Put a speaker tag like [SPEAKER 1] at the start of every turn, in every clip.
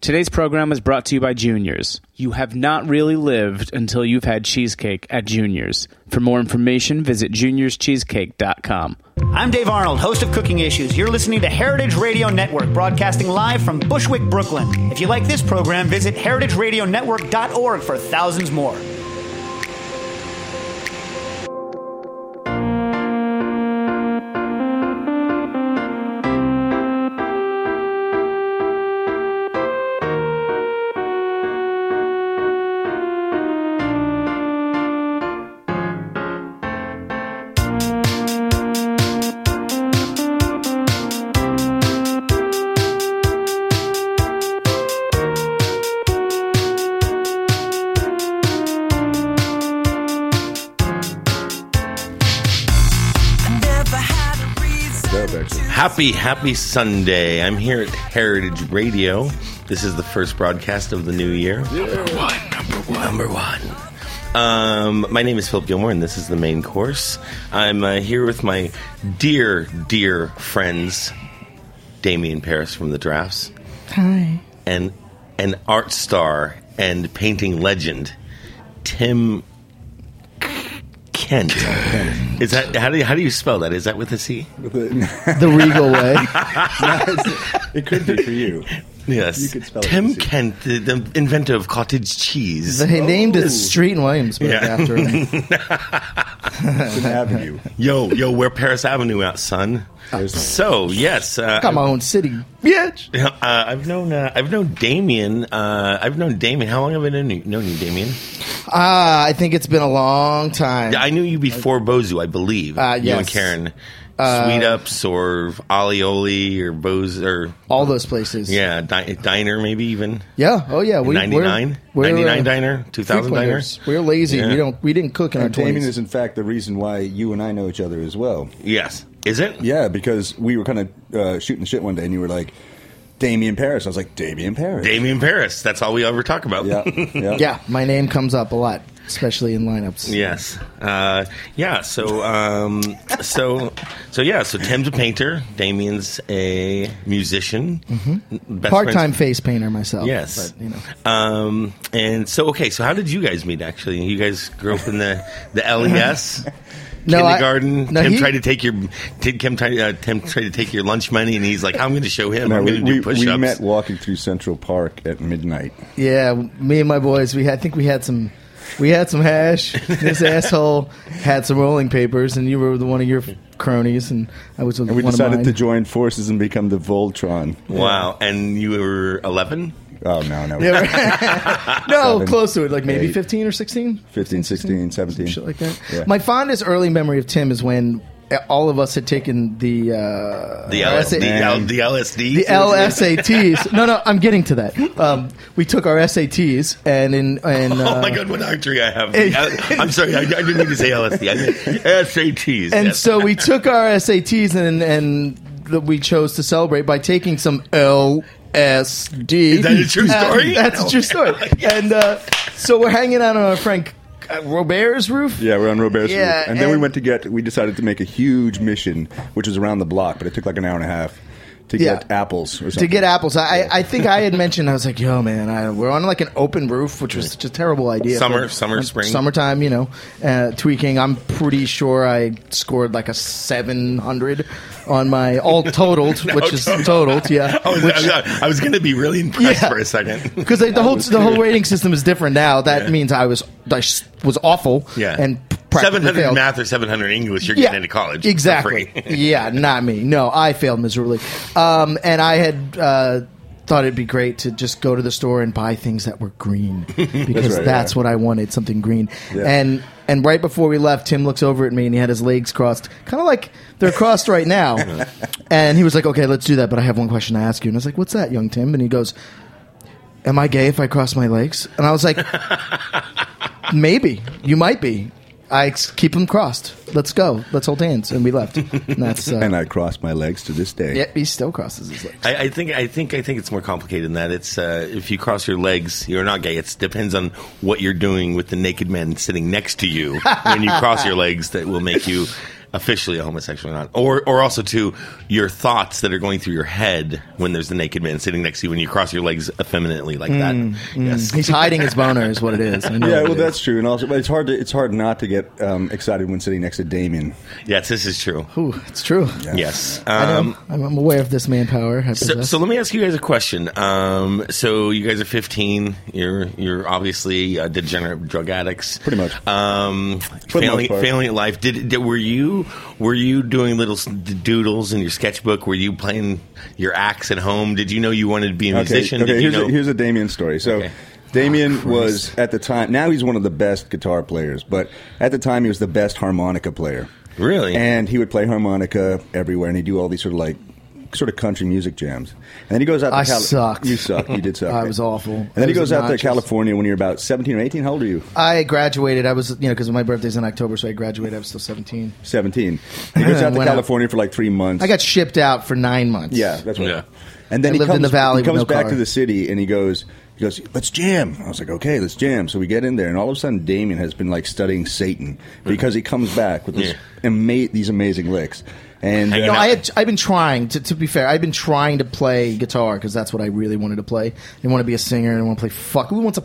[SPEAKER 1] Today's program is brought to you by Juniors. You have not really lived until you've had cheesecake at Juniors. For more information, visit juniorscheesecake.com.
[SPEAKER 2] I'm Dave Arnold, host of Cooking Issues. You're listening to Heritage Radio Network, broadcasting live from Bushwick, Brooklyn. If you like this program, visit heritageradionetwork.org for thousands more.
[SPEAKER 3] Happy, happy Sunday. I'm here at Heritage Radio. This is the first broadcast of the new year. Number one. Um, my name is Philip Gilmore, and this is the main course. I'm uh, here with my dear, dear friends, Damien Paris from the Drafts,
[SPEAKER 4] Hi.
[SPEAKER 3] and an art star and painting legend, Tim Kent. Is that how do you, how do you spell that? Is that with a C?
[SPEAKER 4] The regal way.
[SPEAKER 5] It could be for you.
[SPEAKER 3] Yes.
[SPEAKER 5] You could spell it
[SPEAKER 3] Tim
[SPEAKER 5] with a C.
[SPEAKER 3] Kent, the, the inventor of cottage cheese.
[SPEAKER 4] They named a street in Williamsburg after him.
[SPEAKER 5] It's an avenue.
[SPEAKER 3] yo, yo, we're Paris Avenue out, son.
[SPEAKER 5] There's no-
[SPEAKER 3] So yes, uh,
[SPEAKER 4] Got my own city, bitch.
[SPEAKER 3] uh, I've known uh, I've known Damien. Uh, I've known Damien. How long have I known you, known you Damien?
[SPEAKER 4] Ah, I think it's been a long time.
[SPEAKER 3] Yeah, I knew you before Bozu, I believe. You
[SPEAKER 4] Uh,
[SPEAKER 3] and
[SPEAKER 4] yes. Uh,
[SPEAKER 3] Karen, Sweet Ups or Alioli or Bozu or
[SPEAKER 4] All those places.
[SPEAKER 3] yeah, di- diner maybe even
[SPEAKER 4] Yeah. Oh yeah. We, we're-
[SPEAKER 3] 99?
[SPEAKER 4] we're, uh,
[SPEAKER 3] 99 diner, two thousand diner.
[SPEAKER 4] frequenters. We're lazy.
[SPEAKER 3] Yeah.
[SPEAKER 4] We don't. We didn't cook in our
[SPEAKER 5] And Damien
[SPEAKER 4] twenties.
[SPEAKER 5] is, in fact, the reason why you and I know each other as well.
[SPEAKER 3] Yes, is it?
[SPEAKER 5] Yeah, because we were kind of uh, shooting the shit one day, and you were like, Damien Paris. I was like, Damien Paris.
[SPEAKER 3] Damien Paris. That's all we ever talk about.
[SPEAKER 5] Yeah, yeah.
[SPEAKER 4] yeah, my name comes up a lot, especially in lineups.
[SPEAKER 3] Yes. Uh, yeah. So. Um, so. So yeah. So Tim's a painter. Damien's a musician. Mm-hmm.
[SPEAKER 4] Part-time face painter myself.
[SPEAKER 3] Yes.
[SPEAKER 4] But, you know.
[SPEAKER 3] Um, and so okay. So how did you guys meet? Actually, you guys grew up in the the LES.
[SPEAKER 4] No, I-
[SPEAKER 3] kindergarten.
[SPEAKER 4] no,
[SPEAKER 3] Tim
[SPEAKER 4] he-
[SPEAKER 3] tried to take your Tim, Kim tried, uh, Tim tried to take your lunch money, and he's like, "I'm going to show him.
[SPEAKER 5] No,
[SPEAKER 3] I'm
[SPEAKER 5] we,
[SPEAKER 3] going to
[SPEAKER 5] we,
[SPEAKER 3] do push-ups."
[SPEAKER 5] we met walking through Central Park at midnight.
[SPEAKER 4] Yeah, me and my boys, we had, I think we had some we had some hash. This asshole had some rolling papers and you were the one of your cronies and I was with
[SPEAKER 5] And we
[SPEAKER 4] one of
[SPEAKER 5] decided
[SPEAKER 4] mine.
[SPEAKER 5] to join forces and become the Voltron.
[SPEAKER 3] Wow. And you were 11.
[SPEAKER 5] Oh, no, no.
[SPEAKER 4] Yeah, right. no,
[SPEAKER 5] Seven,
[SPEAKER 4] close to it, like maybe
[SPEAKER 5] eight.
[SPEAKER 4] 15 or 16?
[SPEAKER 5] 15, 16, 17.
[SPEAKER 4] Shit like that.
[SPEAKER 5] Yeah.
[SPEAKER 4] My fondest early memory of Tim is when all of us had taken the uh,
[SPEAKER 3] The, L-
[SPEAKER 4] SA
[SPEAKER 3] the, L- the LSD.
[SPEAKER 4] the LSATs. No, no, I'm getting to that. Um, we took our SATs and in and
[SPEAKER 3] oh my
[SPEAKER 4] uh,
[SPEAKER 3] god, what archery I have!
[SPEAKER 4] Hey.
[SPEAKER 3] I, am sorry, I, I didn't mean to say LSD. I meant SATs.
[SPEAKER 4] And
[SPEAKER 3] yes.
[SPEAKER 4] so we took our SATs and and the, we chose to celebrate by taking some LSD.
[SPEAKER 3] Is that a true
[SPEAKER 4] And
[SPEAKER 3] story?
[SPEAKER 4] that's a true story. And uh, so we're hanging out on our Frank uh, Robert's roof.
[SPEAKER 5] Yeah, we're on Robert's
[SPEAKER 4] Yeah,
[SPEAKER 5] roof. And then we
[SPEAKER 4] and-
[SPEAKER 5] went to get, we decided to make a huge mission, which was around the block, but it took like an hour and a half to
[SPEAKER 4] Yeah.
[SPEAKER 5] get apples or something.
[SPEAKER 4] To get apples, I, I- I think I had mentioned I was like, "Yo, man, I, we're on like an open roof, which was just a terrible idea."
[SPEAKER 3] Summer-
[SPEAKER 4] But-
[SPEAKER 3] summer, spring.
[SPEAKER 4] summertime, you know, uh, tweaking. I'm pretty sure I scored like a 700 on my all totaled, which is totaled, yeah.
[SPEAKER 3] I was,
[SPEAKER 4] which-
[SPEAKER 3] I was- I was going to be really impressed
[SPEAKER 4] Yeah.
[SPEAKER 3] for a second.
[SPEAKER 4] because like, the whole
[SPEAKER 5] was
[SPEAKER 4] the whole
[SPEAKER 5] good.
[SPEAKER 4] rating system is different now. That
[SPEAKER 3] Yeah.
[SPEAKER 4] means I was I s- was awful.
[SPEAKER 3] Yeah,
[SPEAKER 4] and
[SPEAKER 3] seven
[SPEAKER 4] practically
[SPEAKER 3] hundred
[SPEAKER 4] failed.
[SPEAKER 3] math or seven hundred English, you're
[SPEAKER 4] Yeah,
[SPEAKER 3] getting into college for
[SPEAKER 4] Exactly.
[SPEAKER 3] free.
[SPEAKER 4] yeah, not me. No, I failed miserably. Um, and I had. Uh, Thought it'd be great to just go to the store and buy things that were green because that's,
[SPEAKER 5] right, yeah.
[SPEAKER 4] what I wanted, something green.
[SPEAKER 5] Yeah.
[SPEAKER 4] And and right before we left, Tim looks over at me and he had his legs crossed, kind of like they're crossed right now. and he was like, "Okay, let's do that, but I have one question to ask you." And I was like, "What's that, young Tim?" And he goes, am I gay if I cross my legs? And I was like, maybe you might be. I ex- keep them crossed. Let's go. Let's hold hands. And we left. And that's uh,
[SPEAKER 5] and I cross my legs to this day.
[SPEAKER 4] yeah, he still crosses his legs.
[SPEAKER 3] I, I think I think I think it's more complicated than that. It's uh, if you cross your legs, you're not gay. It depends on what you're doing with the naked man sitting next to you when you cross your legs that will make you. officially a homosexual or not, or or also to your thoughts that are going through your head when there's the naked man sitting next to you when you cross your legs effeminately like
[SPEAKER 4] Mm,
[SPEAKER 3] that. Yes,
[SPEAKER 4] He's hiding his boner, is what it is. I know
[SPEAKER 5] Yeah,
[SPEAKER 4] what
[SPEAKER 5] well,
[SPEAKER 4] it is.
[SPEAKER 5] that's true, and also, but it's hard to it's hard not to get um, excited when sitting next to Damien.
[SPEAKER 3] yes, this is true.
[SPEAKER 4] Ooh, it's true.
[SPEAKER 3] Yes.
[SPEAKER 4] I know.
[SPEAKER 3] Um,
[SPEAKER 4] I'm, I'm aware of this manpower. I
[SPEAKER 3] So,
[SPEAKER 4] possess.
[SPEAKER 3] so let me ask you guys a question. Um, so you guys are 15. You're you're obviously uh, degenerate drug addicts,
[SPEAKER 5] Pretty much.
[SPEAKER 3] Um,
[SPEAKER 5] For the most
[SPEAKER 3] failing
[SPEAKER 5] part.
[SPEAKER 3] failing at life. Did, did were you were you doing little s- doodles in your sketchbook? Were you playing your axe at home? Did you know you wanted to be a musician?
[SPEAKER 5] Okay,
[SPEAKER 3] Did you
[SPEAKER 5] here's,
[SPEAKER 3] know?
[SPEAKER 5] a, here's a Damien story. So
[SPEAKER 3] Okay.
[SPEAKER 4] Ah,
[SPEAKER 5] Damien was at the time. Now he's one of the best guitar players, but at the time he was the best harmonica player.
[SPEAKER 3] Really?
[SPEAKER 5] And he would play harmonica everywhere, and he'd do all these sort of like sort of country music jams. And then he goes out. To
[SPEAKER 4] I
[SPEAKER 5] Cali-
[SPEAKER 4] sucked.
[SPEAKER 5] You sucked. You did suck.
[SPEAKER 4] I was awful.
[SPEAKER 5] And
[SPEAKER 4] I
[SPEAKER 5] then he
[SPEAKER 4] was
[SPEAKER 5] goes out to
[SPEAKER 4] obnoxious.
[SPEAKER 5] California when you're about 17 or 18. How old are you?
[SPEAKER 4] I graduated. I was, you know, because my birthday's in October, so I graduated. I was still 17.
[SPEAKER 5] 17. And he goes out to
[SPEAKER 4] Went out.
[SPEAKER 5] California for like three months.
[SPEAKER 4] I got shipped out for nine months.
[SPEAKER 5] Yeah, that's right.
[SPEAKER 3] Yeah.
[SPEAKER 5] And then
[SPEAKER 4] I
[SPEAKER 5] he
[SPEAKER 4] lived in
[SPEAKER 5] comes,
[SPEAKER 4] the valley
[SPEAKER 5] He comes
[SPEAKER 4] with no
[SPEAKER 5] back
[SPEAKER 4] car.
[SPEAKER 5] to the city and he goes, he goes, let's jam. I was like, okay, let's jam. So we get in there, and all of a sudden, Damien has been like studying Satan because he comes back with this
[SPEAKER 3] Hmm. Yeah.
[SPEAKER 5] ama- these amazing licks. And
[SPEAKER 3] Hang
[SPEAKER 5] uh,
[SPEAKER 4] No,
[SPEAKER 3] Yeah.
[SPEAKER 4] I had, I've been trying to, to be fair. I've been trying to play guitar because that's what I really wanted to play. I want to be a singer and I want to play fuck. Who wants to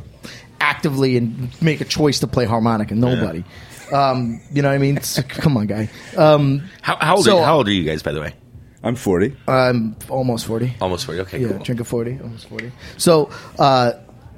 [SPEAKER 4] actively and make a choice to play harmonica? Nobody. Um, you know what I mean? It's- come on, guy. Um,
[SPEAKER 3] how, how old
[SPEAKER 4] so-
[SPEAKER 3] are, how old are you guys by the way?
[SPEAKER 5] I'm 40.
[SPEAKER 4] I'm almost forty.
[SPEAKER 3] Almost 40. Okay,
[SPEAKER 4] yeah,
[SPEAKER 3] cool.
[SPEAKER 4] drink of forty, almost forty. So, uh,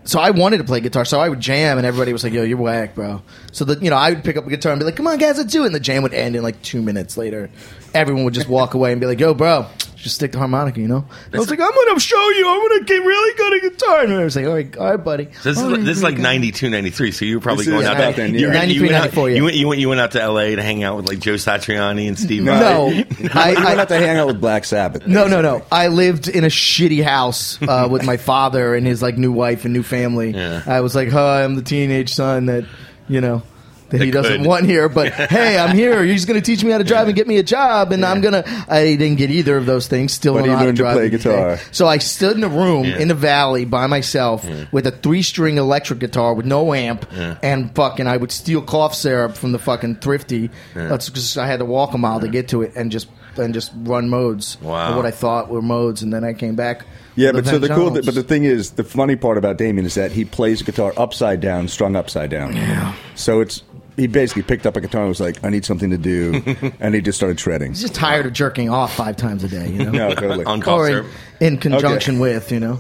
[SPEAKER 4] so I wanted to play guitar, so I would jam, and everybody was like, "Yo, you're whack, bro." So that you know, I would pick up a guitar and be like, "Come on, guys, let's do it." And the jam would end in like two minutes later. Everyone would just walk away and be like, "Yo, bro, just stick to harmonica," you know. And I was like, "I'm gonna show you. I'm gonna get really good at guitar." And I was like, "All right, all right, buddy."
[SPEAKER 3] So this is
[SPEAKER 5] Oh,
[SPEAKER 4] All
[SPEAKER 3] like,
[SPEAKER 4] right,
[SPEAKER 3] this is like
[SPEAKER 4] okay."
[SPEAKER 3] 92, 93, so you were probably
[SPEAKER 5] This
[SPEAKER 3] going
[SPEAKER 5] is
[SPEAKER 3] out
[SPEAKER 5] back
[SPEAKER 3] to,
[SPEAKER 5] then,
[SPEAKER 3] you,
[SPEAKER 5] yeah.
[SPEAKER 3] you went out,
[SPEAKER 4] 93, yeah.
[SPEAKER 3] you, went, you, went, you went out to LA to hang out with like Joe Satriani and Steve Vai.
[SPEAKER 4] No,
[SPEAKER 5] I, went
[SPEAKER 4] I, I,
[SPEAKER 5] out to hang out with Black Sabbath.
[SPEAKER 4] No, no, no. I lived in a shitty house uh, with my father and his like new wife and new family.
[SPEAKER 3] Yeah.
[SPEAKER 4] I was like, "Huh, I'm the teenage son that you know that he
[SPEAKER 3] That
[SPEAKER 4] doesn't
[SPEAKER 3] could.
[SPEAKER 4] want here." But hey, I'm here. He's going to teach me how to drive and get me a job, and I'm gonna. I didn't get either of those things. Still
[SPEAKER 5] But
[SPEAKER 4] don't
[SPEAKER 5] he
[SPEAKER 4] know how to
[SPEAKER 5] learned to
[SPEAKER 4] drive
[SPEAKER 5] play
[SPEAKER 4] to this
[SPEAKER 5] guitar.
[SPEAKER 4] day. So I stood in a room in the valley by myself with a three-string electric guitar with no amp, and fucking I would steal cough syrup from the fucking thrifty. That's because I had to walk a mile to get to it, and just and just run modes.
[SPEAKER 3] Wow.
[SPEAKER 4] Or what I thought were modes, and then I came back.
[SPEAKER 5] Yeah,
[SPEAKER 4] with
[SPEAKER 5] but so the cool,
[SPEAKER 4] Vangelis.
[SPEAKER 5] th- but the thing is, the funny part about Damien is that he plays guitar upside down, strung upside down. Yeah. So it's he basically picked up a guitar and was like, I need something to do, and he just started shredding.
[SPEAKER 4] he's just tired of jerking off five times a day, you know,
[SPEAKER 5] No, totally.
[SPEAKER 3] on
[SPEAKER 4] or
[SPEAKER 3] concert.
[SPEAKER 4] in, in conjunction with, you know.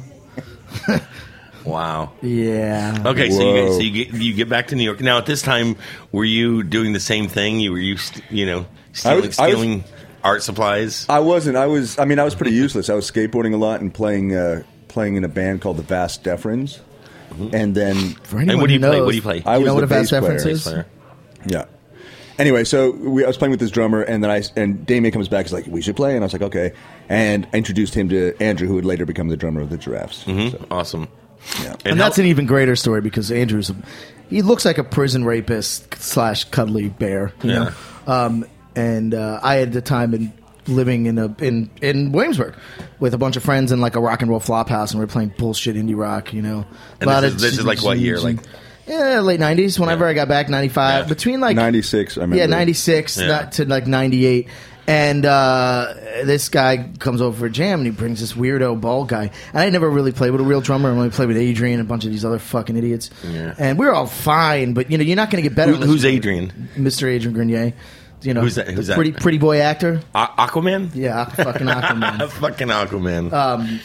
[SPEAKER 3] Wow.
[SPEAKER 4] Yeah.
[SPEAKER 3] Okay, so you,
[SPEAKER 5] Whoa.
[SPEAKER 3] so you get you get back to New York. Now at this time, were you doing the same thing? You were you st- you know
[SPEAKER 5] I
[SPEAKER 3] stealing,
[SPEAKER 5] was- I was-
[SPEAKER 3] stealing art supplies.
[SPEAKER 5] I wasn't. I was. I mean, I was pretty useless. I was skateboarding a lot and playing uh, playing in a band called the Vast Deferens. And then,
[SPEAKER 4] For anyone
[SPEAKER 3] what do
[SPEAKER 4] who
[SPEAKER 3] you play?
[SPEAKER 4] knows-
[SPEAKER 3] What do you play?
[SPEAKER 5] I
[SPEAKER 4] you
[SPEAKER 5] was
[SPEAKER 4] know what
[SPEAKER 5] the
[SPEAKER 4] a vast
[SPEAKER 5] bass player.
[SPEAKER 4] reference is?
[SPEAKER 3] Player.
[SPEAKER 5] yeah. Anyway, so we, I was playing with this drummer, and then I and Damien comes back. He's like, "We should play," and I was like, "Okay." And I introduced him to Andrew, who would later become the drummer of the Giraffes.
[SPEAKER 3] Mm-hmm.
[SPEAKER 5] So,
[SPEAKER 3] Awesome.
[SPEAKER 5] yeah.
[SPEAKER 4] And,
[SPEAKER 3] how-
[SPEAKER 4] that's an even greater story because Andrew's a, he looks like a prison rapist slash cuddly bear. You
[SPEAKER 3] Yeah.
[SPEAKER 4] Know? Um, and uh, I had the time been living in a in in Williamsburg with a bunch of friends in like a rock and roll flop house, and we were playing bullshit indie rock. You know,
[SPEAKER 3] And this is- this is like what year, like-
[SPEAKER 4] yeah, late nineties. Whenever I got back, ninety five
[SPEAKER 3] Yeah.
[SPEAKER 4] between like
[SPEAKER 5] 96, I remember.
[SPEAKER 4] Yeah, ninety six
[SPEAKER 3] Yeah.
[SPEAKER 4] not to like ninety eight. And uh, this guy comes over for a jam, and he brings this weirdo bald guy. And I never really played with a real drummer. I only played with Adrian and a bunch of these other fucking idiots.
[SPEAKER 3] Yeah.
[SPEAKER 4] And we were all fine, but you know, you're not going to get better.
[SPEAKER 3] Who-
[SPEAKER 4] unless
[SPEAKER 3] who's
[SPEAKER 4] you-
[SPEAKER 3] Adrian?
[SPEAKER 4] Mr. Adrian Grenier. You know,
[SPEAKER 3] Who's that- who's
[SPEAKER 4] the
[SPEAKER 3] that?
[SPEAKER 4] Pretty, pretty boy actor.
[SPEAKER 3] A- Aquaman.
[SPEAKER 4] Yeah, Aqu- fucking Aquaman.
[SPEAKER 3] Fucking Aquaman.
[SPEAKER 4] Uh,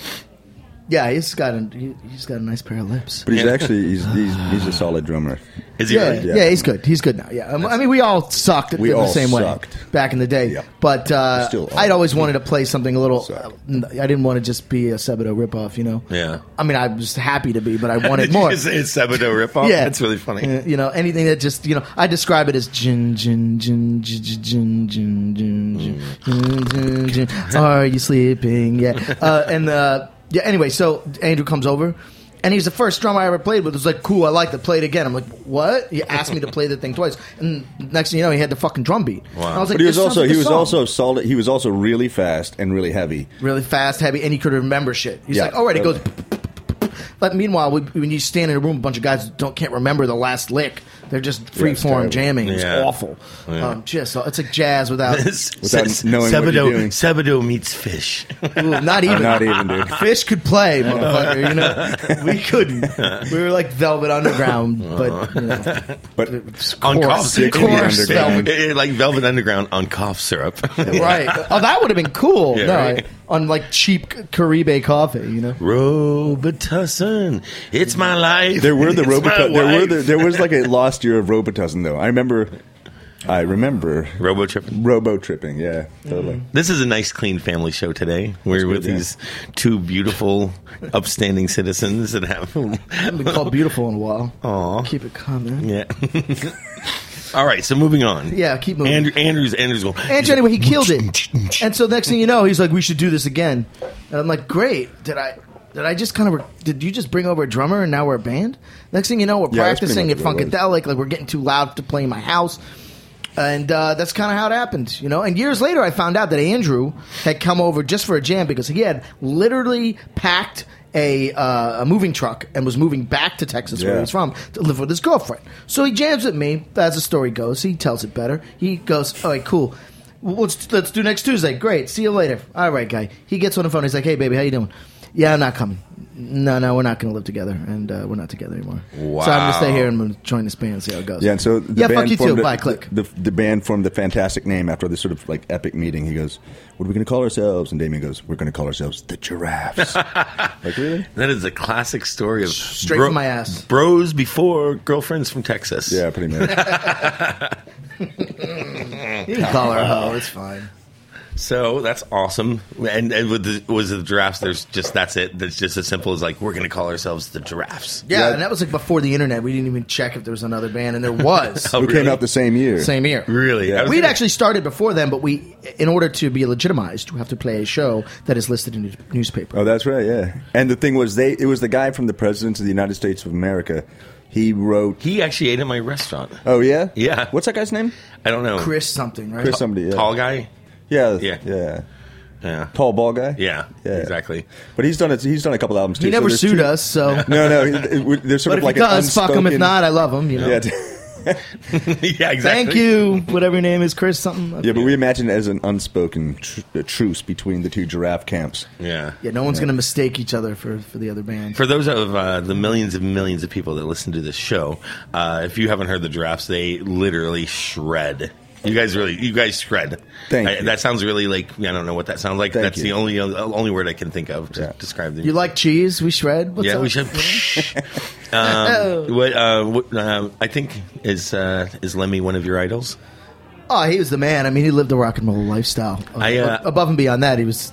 [SPEAKER 4] yeah, he's got a he, he's got a nice pair of lips.
[SPEAKER 5] But he's actually he's, he's he's a solid drummer.
[SPEAKER 3] Is he
[SPEAKER 4] Yeah,
[SPEAKER 3] really?
[SPEAKER 4] yeah, he's good. He's good now. Yeah, Um, I mean, we all sucked at
[SPEAKER 5] We
[SPEAKER 4] in the
[SPEAKER 5] all
[SPEAKER 4] same way
[SPEAKER 5] sucked.
[SPEAKER 4] back in the day.
[SPEAKER 5] Yep.
[SPEAKER 4] But uh,
[SPEAKER 5] Still all
[SPEAKER 4] I'd always wanted to play something a little.
[SPEAKER 5] sucked.
[SPEAKER 4] I didn't want to just be a Sebado ripoff, you know.
[SPEAKER 3] Yeah.
[SPEAKER 4] I mean, I was happy to be, but I wanted
[SPEAKER 3] Did
[SPEAKER 4] more.
[SPEAKER 3] you just say it's Sabado ripoff?
[SPEAKER 4] Yeah,
[SPEAKER 3] that's really funny.
[SPEAKER 4] Uh, You know, anything that just you know, I describe it as gin gin gin gin gin gin gin gin gin gin. gin. Are you sleeping? Yeah, uh, and uh, yeah. Anyway, so Andrew comes over. And he's the first drum I ever played with. It was like, cool, I like to play it again. I'm like, what? He asked me to play the thing twice. And next thing you know, he had the fucking drum beat.
[SPEAKER 3] Wow.
[SPEAKER 4] I was like,
[SPEAKER 5] But he was
[SPEAKER 4] "This sounds
[SPEAKER 5] also
[SPEAKER 4] like
[SPEAKER 5] he
[SPEAKER 4] the
[SPEAKER 5] was
[SPEAKER 4] song."
[SPEAKER 5] also solid. He was also really fast and really heavy.
[SPEAKER 4] really fast, heavy, and he could remember shit. He's
[SPEAKER 5] Yeah.
[SPEAKER 4] like, all right, it goes. But meanwhile, we, when you stand in a room, a bunch of guys don't can't remember the last lick. They're just free
[SPEAKER 5] terrible.
[SPEAKER 4] form jamming. It's
[SPEAKER 3] Yeah.
[SPEAKER 4] awful. Um, just it's like jazz without
[SPEAKER 5] Without
[SPEAKER 3] Without
[SPEAKER 5] knowing what you're doing.
[SPEAKER 3] Sabado meets fish.
[SPEAKER 4] Ooh, not even.
[SPEAKER 5] Not even, dude.
[SPEAKER 4] Fish could play, motherfucker. You know, we couldn't. We were like Velvet Underground, but you know,
[SPEAKER 5] But
[SPEAKER 3] on cough
[SPEAKER 4] course,
[SPEAKER 3] syrup.
[SPEAKER 5] of course,
[SPEAKER 4] Velvet.
[SPEAKER 3] Eh, eh, like Velvet Underground on cough syrup.
[SPEAKER 4] right? Oh, that would have been cool.
[SPEAKER 3] Yeah,
[SPEAKER 4] no,
[SPEAKER 3] right.
[SPEAKER 4] on like cheap Caribe coffee. You know,
[SPEAKER 3] Robitussin, it's my life.
[SPEAKER 5] there were the
[SPEAKER 3] It's my
[SPEAKER 5] Robitussin. There were
[SPEAKER 3] wife.
[SPEAKER 5] the, there was like a lost year of Robitussin though. I remember. I remember
[SPEAKER 3] Robo tripping.
[SPEAKER 5] Robo tripping. Yeah, totally.
[SPEAKER 4] Mm.
[SPEAKER 3] This is a nice, clean family show today. We're with
[SPEAKER 5] yeah.
[SPEAKER 3] these two beautiful, upstanding citizens that have.
[SPEAKER 4] haven't been called beautiful in a while.
[SPEAKER 3] Aw.
[SPEAKER 4] keep it coming. Yeah.
[SPEAKER 3] yeah. All right, so moving on.
[SPEAKER 4] keep moving.
[SPEAKER 3] Andrew, Andrew's Andrew's going.
[SPEAKER 4] And anyway, he killed it. And so next thing you know, he's like, "We should do this again." And I'm like, "Great! Did I did I just kind of did you just bring over a drummer and now we're a band?" Next thing you know, we're
[SPEAKER 5] Yeah, that's
[SPEAKER 4] practicing
[SPEAKER 5] pretty
[SPEAKER 4] at
[SPEAKER 5] much what it was.
[SPEAKER 4] Funkadelic, like we're getting too loud to play in my house, and uh, that's kind of how it happened, you know. And years later, I found out that Andrew had come over just for a jam because he had literally packed. A, uh, a moving truck and was moving back to Texas where he
[SPEAKER 5] Yeah.
[SPEAKER 4] was from to live with his girlfriend. So he jams with me. As the story goes, he tells it better. He goes, "All right, cool. Well, Let's let's do next Tuesday. Great. See you later. All right, guy." He gets on the phone. He's like, "Hey, baby, how you doing?" Yeah, I'm not coming. No, no, we're not going to live together, and uh, we're not together anymore. So I'm going to stay here and I'm gonna join this band and see how it goes.
[SPEAKER 5] Yeah, and so the
[SPEAKER 4] yeah,
[SPEAKER 5] band
[SPEAKER 4] fuck you too.
[SPEAKER 5] formed a-
[SPEAKER 4] Bye, click.
[SPEAKER 5] The, the band formed the fantastic name after this sort of like epic meeting. He goes, "What are we going to call ourselves?" And Damien goes, "We're going to call ourselves the Giraffes." like really?
[SPEAKER 3] That is a classic story of straight
[SPEAKER 4] from my ass.
[SPEAKER 3] Bros before girlfriends from Texas.
[SPEAKER 5] Yeah, pretty much.
[SPEAKER 4] you can call her a hoe. It's fine.
[SPEAKER 3] So that's awesome. And, and with the, was the giraffes? There's just that's it. That's just as simple as like we're gonna call ourselves the giraffes.
[SPEAKER 4] Yeah,
[SPEAKER 5] Yeah.
[SPEAKER 4] and that was like before the internet. We didn't even check if there was another band, and there was
[SPEAKER 3] Oh,
[SPEAKER 5] Who came
[SPEAKER 3] really?
[SPEAKER 5] out the same year?
[SPEAKER 4] same year.
[SPEAKER 3] Really?
[SPEAKER 5] Yeah.
[SPEAKER 3] I was
[SPEAKER 4] We'd
[SPEAKER 3] gonna-
[SPEAKER 4] actually started before then, but we, in order to be legitimized, we have to play a show that is listed in a newspaper.
[SPEAKER 5] Oh, that's right. Yeah. And the thing was, they it was the guy from the Presidents of the United States of America. He wrote.
[SPEAKER 3] He actually ate at my restaurant.
[SPEAKER 5] Oh yeah.
[SPEAKER 3] Yeah.
[SPEAKER 5] What's that guy's name?
[SPEAKER 3] I don't know.
[SPEAKER 4] Chris something, right?
[SPEAKER 5] Chris somebody. Yeah.
[SPEAKER 3] Tall guy.
[SPEAKER 5] Yeah.
[SPEAKER 3] Yeah.
[SPEAKER 5] Yeah.
[SPEAKER 3] Yeah.
[SPEAKER 5] Tall ball guy.
[SPEAKER 3] Yeah, Exactly.
[SPEAKER 5] But he's done it. He's done a couple albums too.
[SPEAKER 4] He
[SPEAKER 5] so
[SPEAKER 4] never
[SPEAKER 5] there's
[SPEAKER 4] sued
[SPEAKER 5] two-
[SPEAKER 4] us, so.
[SPEAKER 5] No, no. it- it- There's sort of
[SPEAKER 4] But if
[SPEAKER 5] like
[SPEAKER 4] he does,
[SPEAKER 5] an
[SPEAKER 4] fuck him. If
[SPEAKER 5] unspoken-
[SPEAKER 4] not, I love him. You know.
[SPEAKER 5] Yeah.
[SPEAKER 3] yeah. Exactly.
[SPEAKER 4] Thank you. Whatever your name is, Chris something.
[SPEAKER 5] Yeah, but we imagine it as an unspoken tr- uh, truce between the two giraffe camps.
[SPEAKER 3] Yeah.
[SPEAKER 4] Yeah, no one's gonna mistake each other for for the other band.
[SPEAKER 3] For those of uh, the millions and millions of people that listen to this show, uh, if you haven't heard the giraffes, they literally shred. You guys really, you guys shred.
[SPEAKER 5] Thank
[SPEAKER 3] I-
[SPEAKER 5] you.
[SPEAKER 3] That sounds really like I don't know what that sounds like.
[SPEAKER 5] Thank
[SPEAKER 3] That's
[SPEAKER 5] you.
[SPEAKER 3] the only uh, only word I can think of to
[SPEAKER 5] Yeah.
[SPEAKER 3] describe the
[SPEAKER 4] you like cheese? We shred. What's
[SPEAKER 3] yeah,
[SPEAKER 4] up? Oh.
[SPEAKER 3] we should. um, what, uh, what uh, I think is uh, is Lemmy one of your idols?
[SPEAKER 4] Oh, he was the man. I mean, he lived a rock and roll lifestyle.
[SPEAKER 3] I, uh,
[SPEAKER 4] above and beyond that, he was.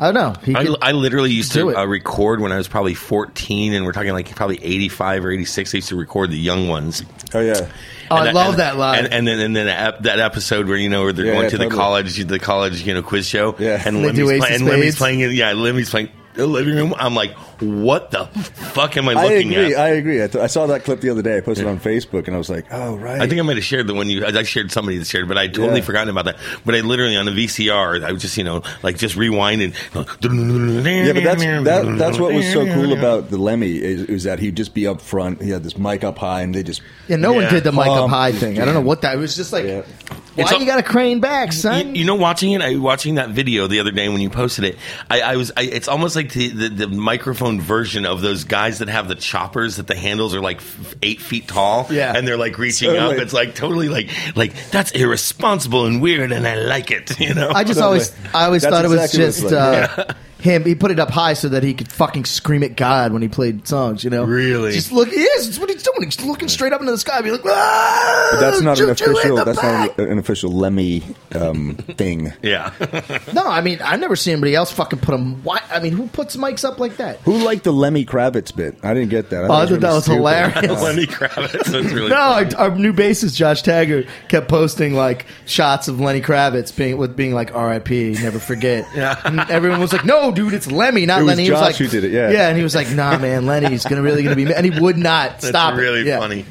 [SPEAKER 4] I don't know. He
[SPEAKER 3] I,
[SPEAKER 4] could-
[SPEAKER 3] I literally used
[SPEAKER 4] do
[SPEAKER 3] to
[SPEAKER 4] it.
[SPEAKER 3] uh, record when I was probably 14, and we're talking like probably 85 or 86. I used to record the young ones.
[SPEAKER 5] Oh yeah,
[SPEAKER 4] Oh, I
[SPEAKER 3] And
[SPEAKER 4] love
[SPEAKER 3] and-
[SPEAKER 4] that live.
[SPEAKER 3] And, and then and then ep- that episode where you know where they're
[SPEAKER 5] Yeah,
[SPEAKER 3] going
[SPEAKER 5] yeah,
[SPEAKER 3] to the
[SPEAKER 5] totally.
[SPEAKER 3] college the college you know quiz show.
[SPEAKER 5] Yeah.
[SPEAKER 3] And
[SPEAKER 5] And
[SPEAKER 4] they do
[SPEAKER 3] Lemmy's,
[SPEAKER 4] Ace
[SPEAKER 3] play,
[SPEAKER 4] of
[SPEAKER 3] and Lemmy's
[SPEAKER 4] Spades.
[SPEAKER 3] playing it. Yeah, Lemmy's playing the living room. I'm like, what the fuck am I
[SPEAKER 5] I
[SPEAKER 3] looking
[SPEAKER 5] agree.
[SPEAKER 3] at?
[SPEAKER 5] I agree. I, th- I saw that clip the other day. I posted it on Facebook, and I was like, "Oh right."
[SPEAKER 3] I think I might have shared the one you. I shared somebody that shared, but I totally
[SPEAKER 5] Yeah.
[SPEAKER 3] forgotten about that. But I literally on a VCR, I was just you know like just rewinding.
[SPEAKER 5] yeah,
[SPEAKER 3] Yeah,
[SPEAKER 5] but that's that, that's what was so cool about the Lemmy is, is that he'd just be up front. He had this mic up high, and they just
[SPEAKER 4] yeah, no one
[SPEAKER 3] yeah.
[SPEAKER 4] did the mic up
[SPEAKER 5] Um,
[SPEAKER 4] high thing. I don't know what that. It was just like,
[SPEAKER 5] Yeah.
[SPEAKER 4] why
[SPEAKER 3] It's all-
[SPEAKER 4] you got a crane back,
[SPEAKER 3] You,
[SPEAKER 4] son?
[SPEAKER 3] you know, watching it, I watching that video the other day when you posted it. I, I was. I, it's almost like the, the the microphone version of those guys that have the choppers that the handles are like f- eight feet tall.
[SPEAKER 4] Yeah.
[SPEAKER 3] and they're like reaching up.
[SPEAKER 5] Totally.
[SPEAKER 3] It's like totally like like that's irresponsible and weird, and I like it. You know,
[SPEAKER 4] I just always, I always
[SPEAKER 5] That's
[SPEAKER 4] thought it was
[SPEAKER 5] exactly what it's
[SPEAKER 4] just
[SPEAKER 5] like.
[SPEAKER 4] uh, him. He put it up high so that he could fucking scream at God when he played songs. You know,
[SPEAKER 3] Really?
[SPEAKER 4] Just look. He is. It's what he's doing. He's looking straight up into the sky. Be like, ah,
[SPEAKER 5] But that's not an
[SPEAKER 4] shoot you in
[SPEAKER 5] official.
[SPEAKER 4] the
[SPEAKER 5] That's
[SPEAKER 4] back."
[SPEAKER 5] not an, an official Lemmy um, thing.
[SPEAKER 3] yeah.
[SPEAKER 4] No, I mean, I've never seen anybody else fucking put them. Why? I mean, who puts mics up like that?
[SPEAKER 5] Who liked the Lemmy Kravitz bit? I didn't get that.
[SPEAKER 4] Oh, I
[SPEAKER 5] it
[SPEAKER 4] thought that
[SPEAKER 5] really
[SPEAKER 4] was
[SPEAKER 5] stupid.
[SPEAKER 4] hilarious.
[SPEAKER 3] Lenny Kravitz. That's really
[SPEAKER 4] No, our, our new bassist Josh Tagger kept posting like shots of Lenny Kravitz being with being like R.I.P. Never forget. yeah. And everyone was like, "No, dude, it's Lemmy, not
[SPEAKER 5] It was
[SPEAKER 4] Lenny." He
[SPEAKER 5] Josh
[SPEAKER 4] like,
[SPEAKER 5] who did it, yeah.
[SPEAKER 4] yeah. And he was like, "Nah, man, Lenny's gonna really gonna be," ma-" and he would not
[SPEAKER 3] That's
[SPEAKER 4] stop. it.
[SPEAKER 3] really
[SPEAKER 4] Yeah.
[SPEAKER 3] funny.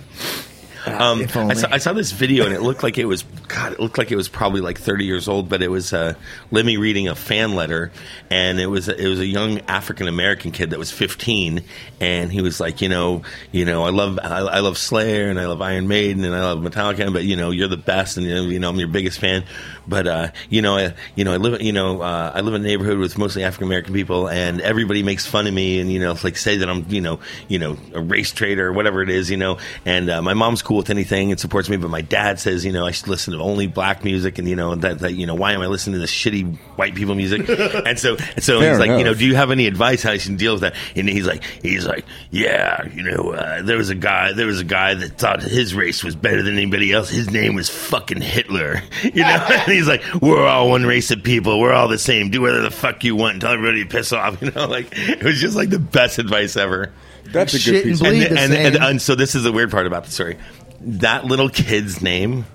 [SPEAKER 3] Um,
[SPEAKER 4] if only.
[SPEAKER 3] I, saw, I saw this video and it looked like it was God. It looked like it was probably like 30 years old, but it was uh, Lemmy reading a fan letter, and it was it was a young African American kid that was 15, and he was like, you know, you know, I love I, I love Slayer and I love Iron Maiden and I love Metallica, but you know, you're the best, and you know, you know I'm your biggest fan, but uh, you know, I, you know, I live you know uh, I live in a neighborhood with mostly African American people, and everybody makes fun of me, and you know, like say that I'm you know you know a race traitor or whatever it is, you know, and uh, my mom's cool with anything and supports me, but my dad says you know I should listen to only black music, and you know that, that you know why am I listening to this shitty white people music? and so and so
[SPEAKER 5] Fair
[SPEAKER 3] he's like you know
[SPEAKER 5] enough.
[SPEAKER 3] do you have any advice how I should deal with that? And he's like he's like yeah you know uh, there was a guy there was a guy that thought his race was better than anybody else. His name was fucking Hitler, you know. and he's like we're all one race of people. We're all the same. Do whatever the fuck you want. and Tell everybody to piss off. You know like it was just like the best advice ever
[SPEAKER 5] That's a
[SPEAKER 4] Shit
[SPEAKER 5] good
[SPEAKER 4] and
[SPEAKER 5] piece. of-
[SPEAKER 4] bleed.
[SPEAKER 3] and,
[SPEAKER 4] the
[SPEAKER 3] and, and,
[SPEAKER 4] same.
[SPEAKER 3] and so this is the weird part about the story. That little kid's name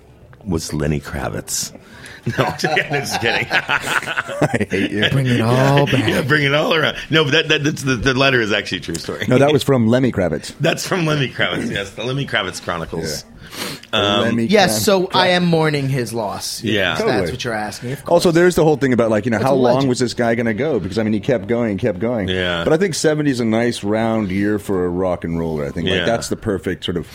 [SPEAKER 3] was Lenny Kravitz. No, I'm just kidding.
[SPEAKER 5] I hate you.
[SPEAKER 4] Bring it all back.
[SPEAKER 3] yeah, bring it all around. No, but that, that that's, the, the letter is actually a true story.
[SPEAKER 5] No, that was from Lemmy Kravitz.
[SPEAKER 3] that's from Lenny Kravitz. Yes, the Lenny Kravitz Chronicles. Um,
[SPEAKER 5] Lemmy
[SPEAKER 4] Yes, so
[SPEAKER 5] Kravitz.
[SPEAKER 4] I am mourning his loss.
[SPEAKER 3] Yeah.
[SPEAKER 4] If
[SPEAKER 5] Totally.
[SPEAKER 4] that's what you're asking. Of course.
[SPEAKER 5] Also, there's the whole thing about like you know
[SPEAKER 4] That's
[SPEAKER 5] how
[SPEAKER 4] a
[SPEAKER 5] long
[SPEAKER 4] legend.
[SPEAKER 5] was this guy going to go? Because I mean, he kept going, kept going.
[SPEAKER 3] Yeah.
[SPEAKER 5] But I think 70 is a nice round year for a rock and roller. I think
[SPEAKER 3] Yeah.
[SPEAKER 5] like that's the perfect sort of.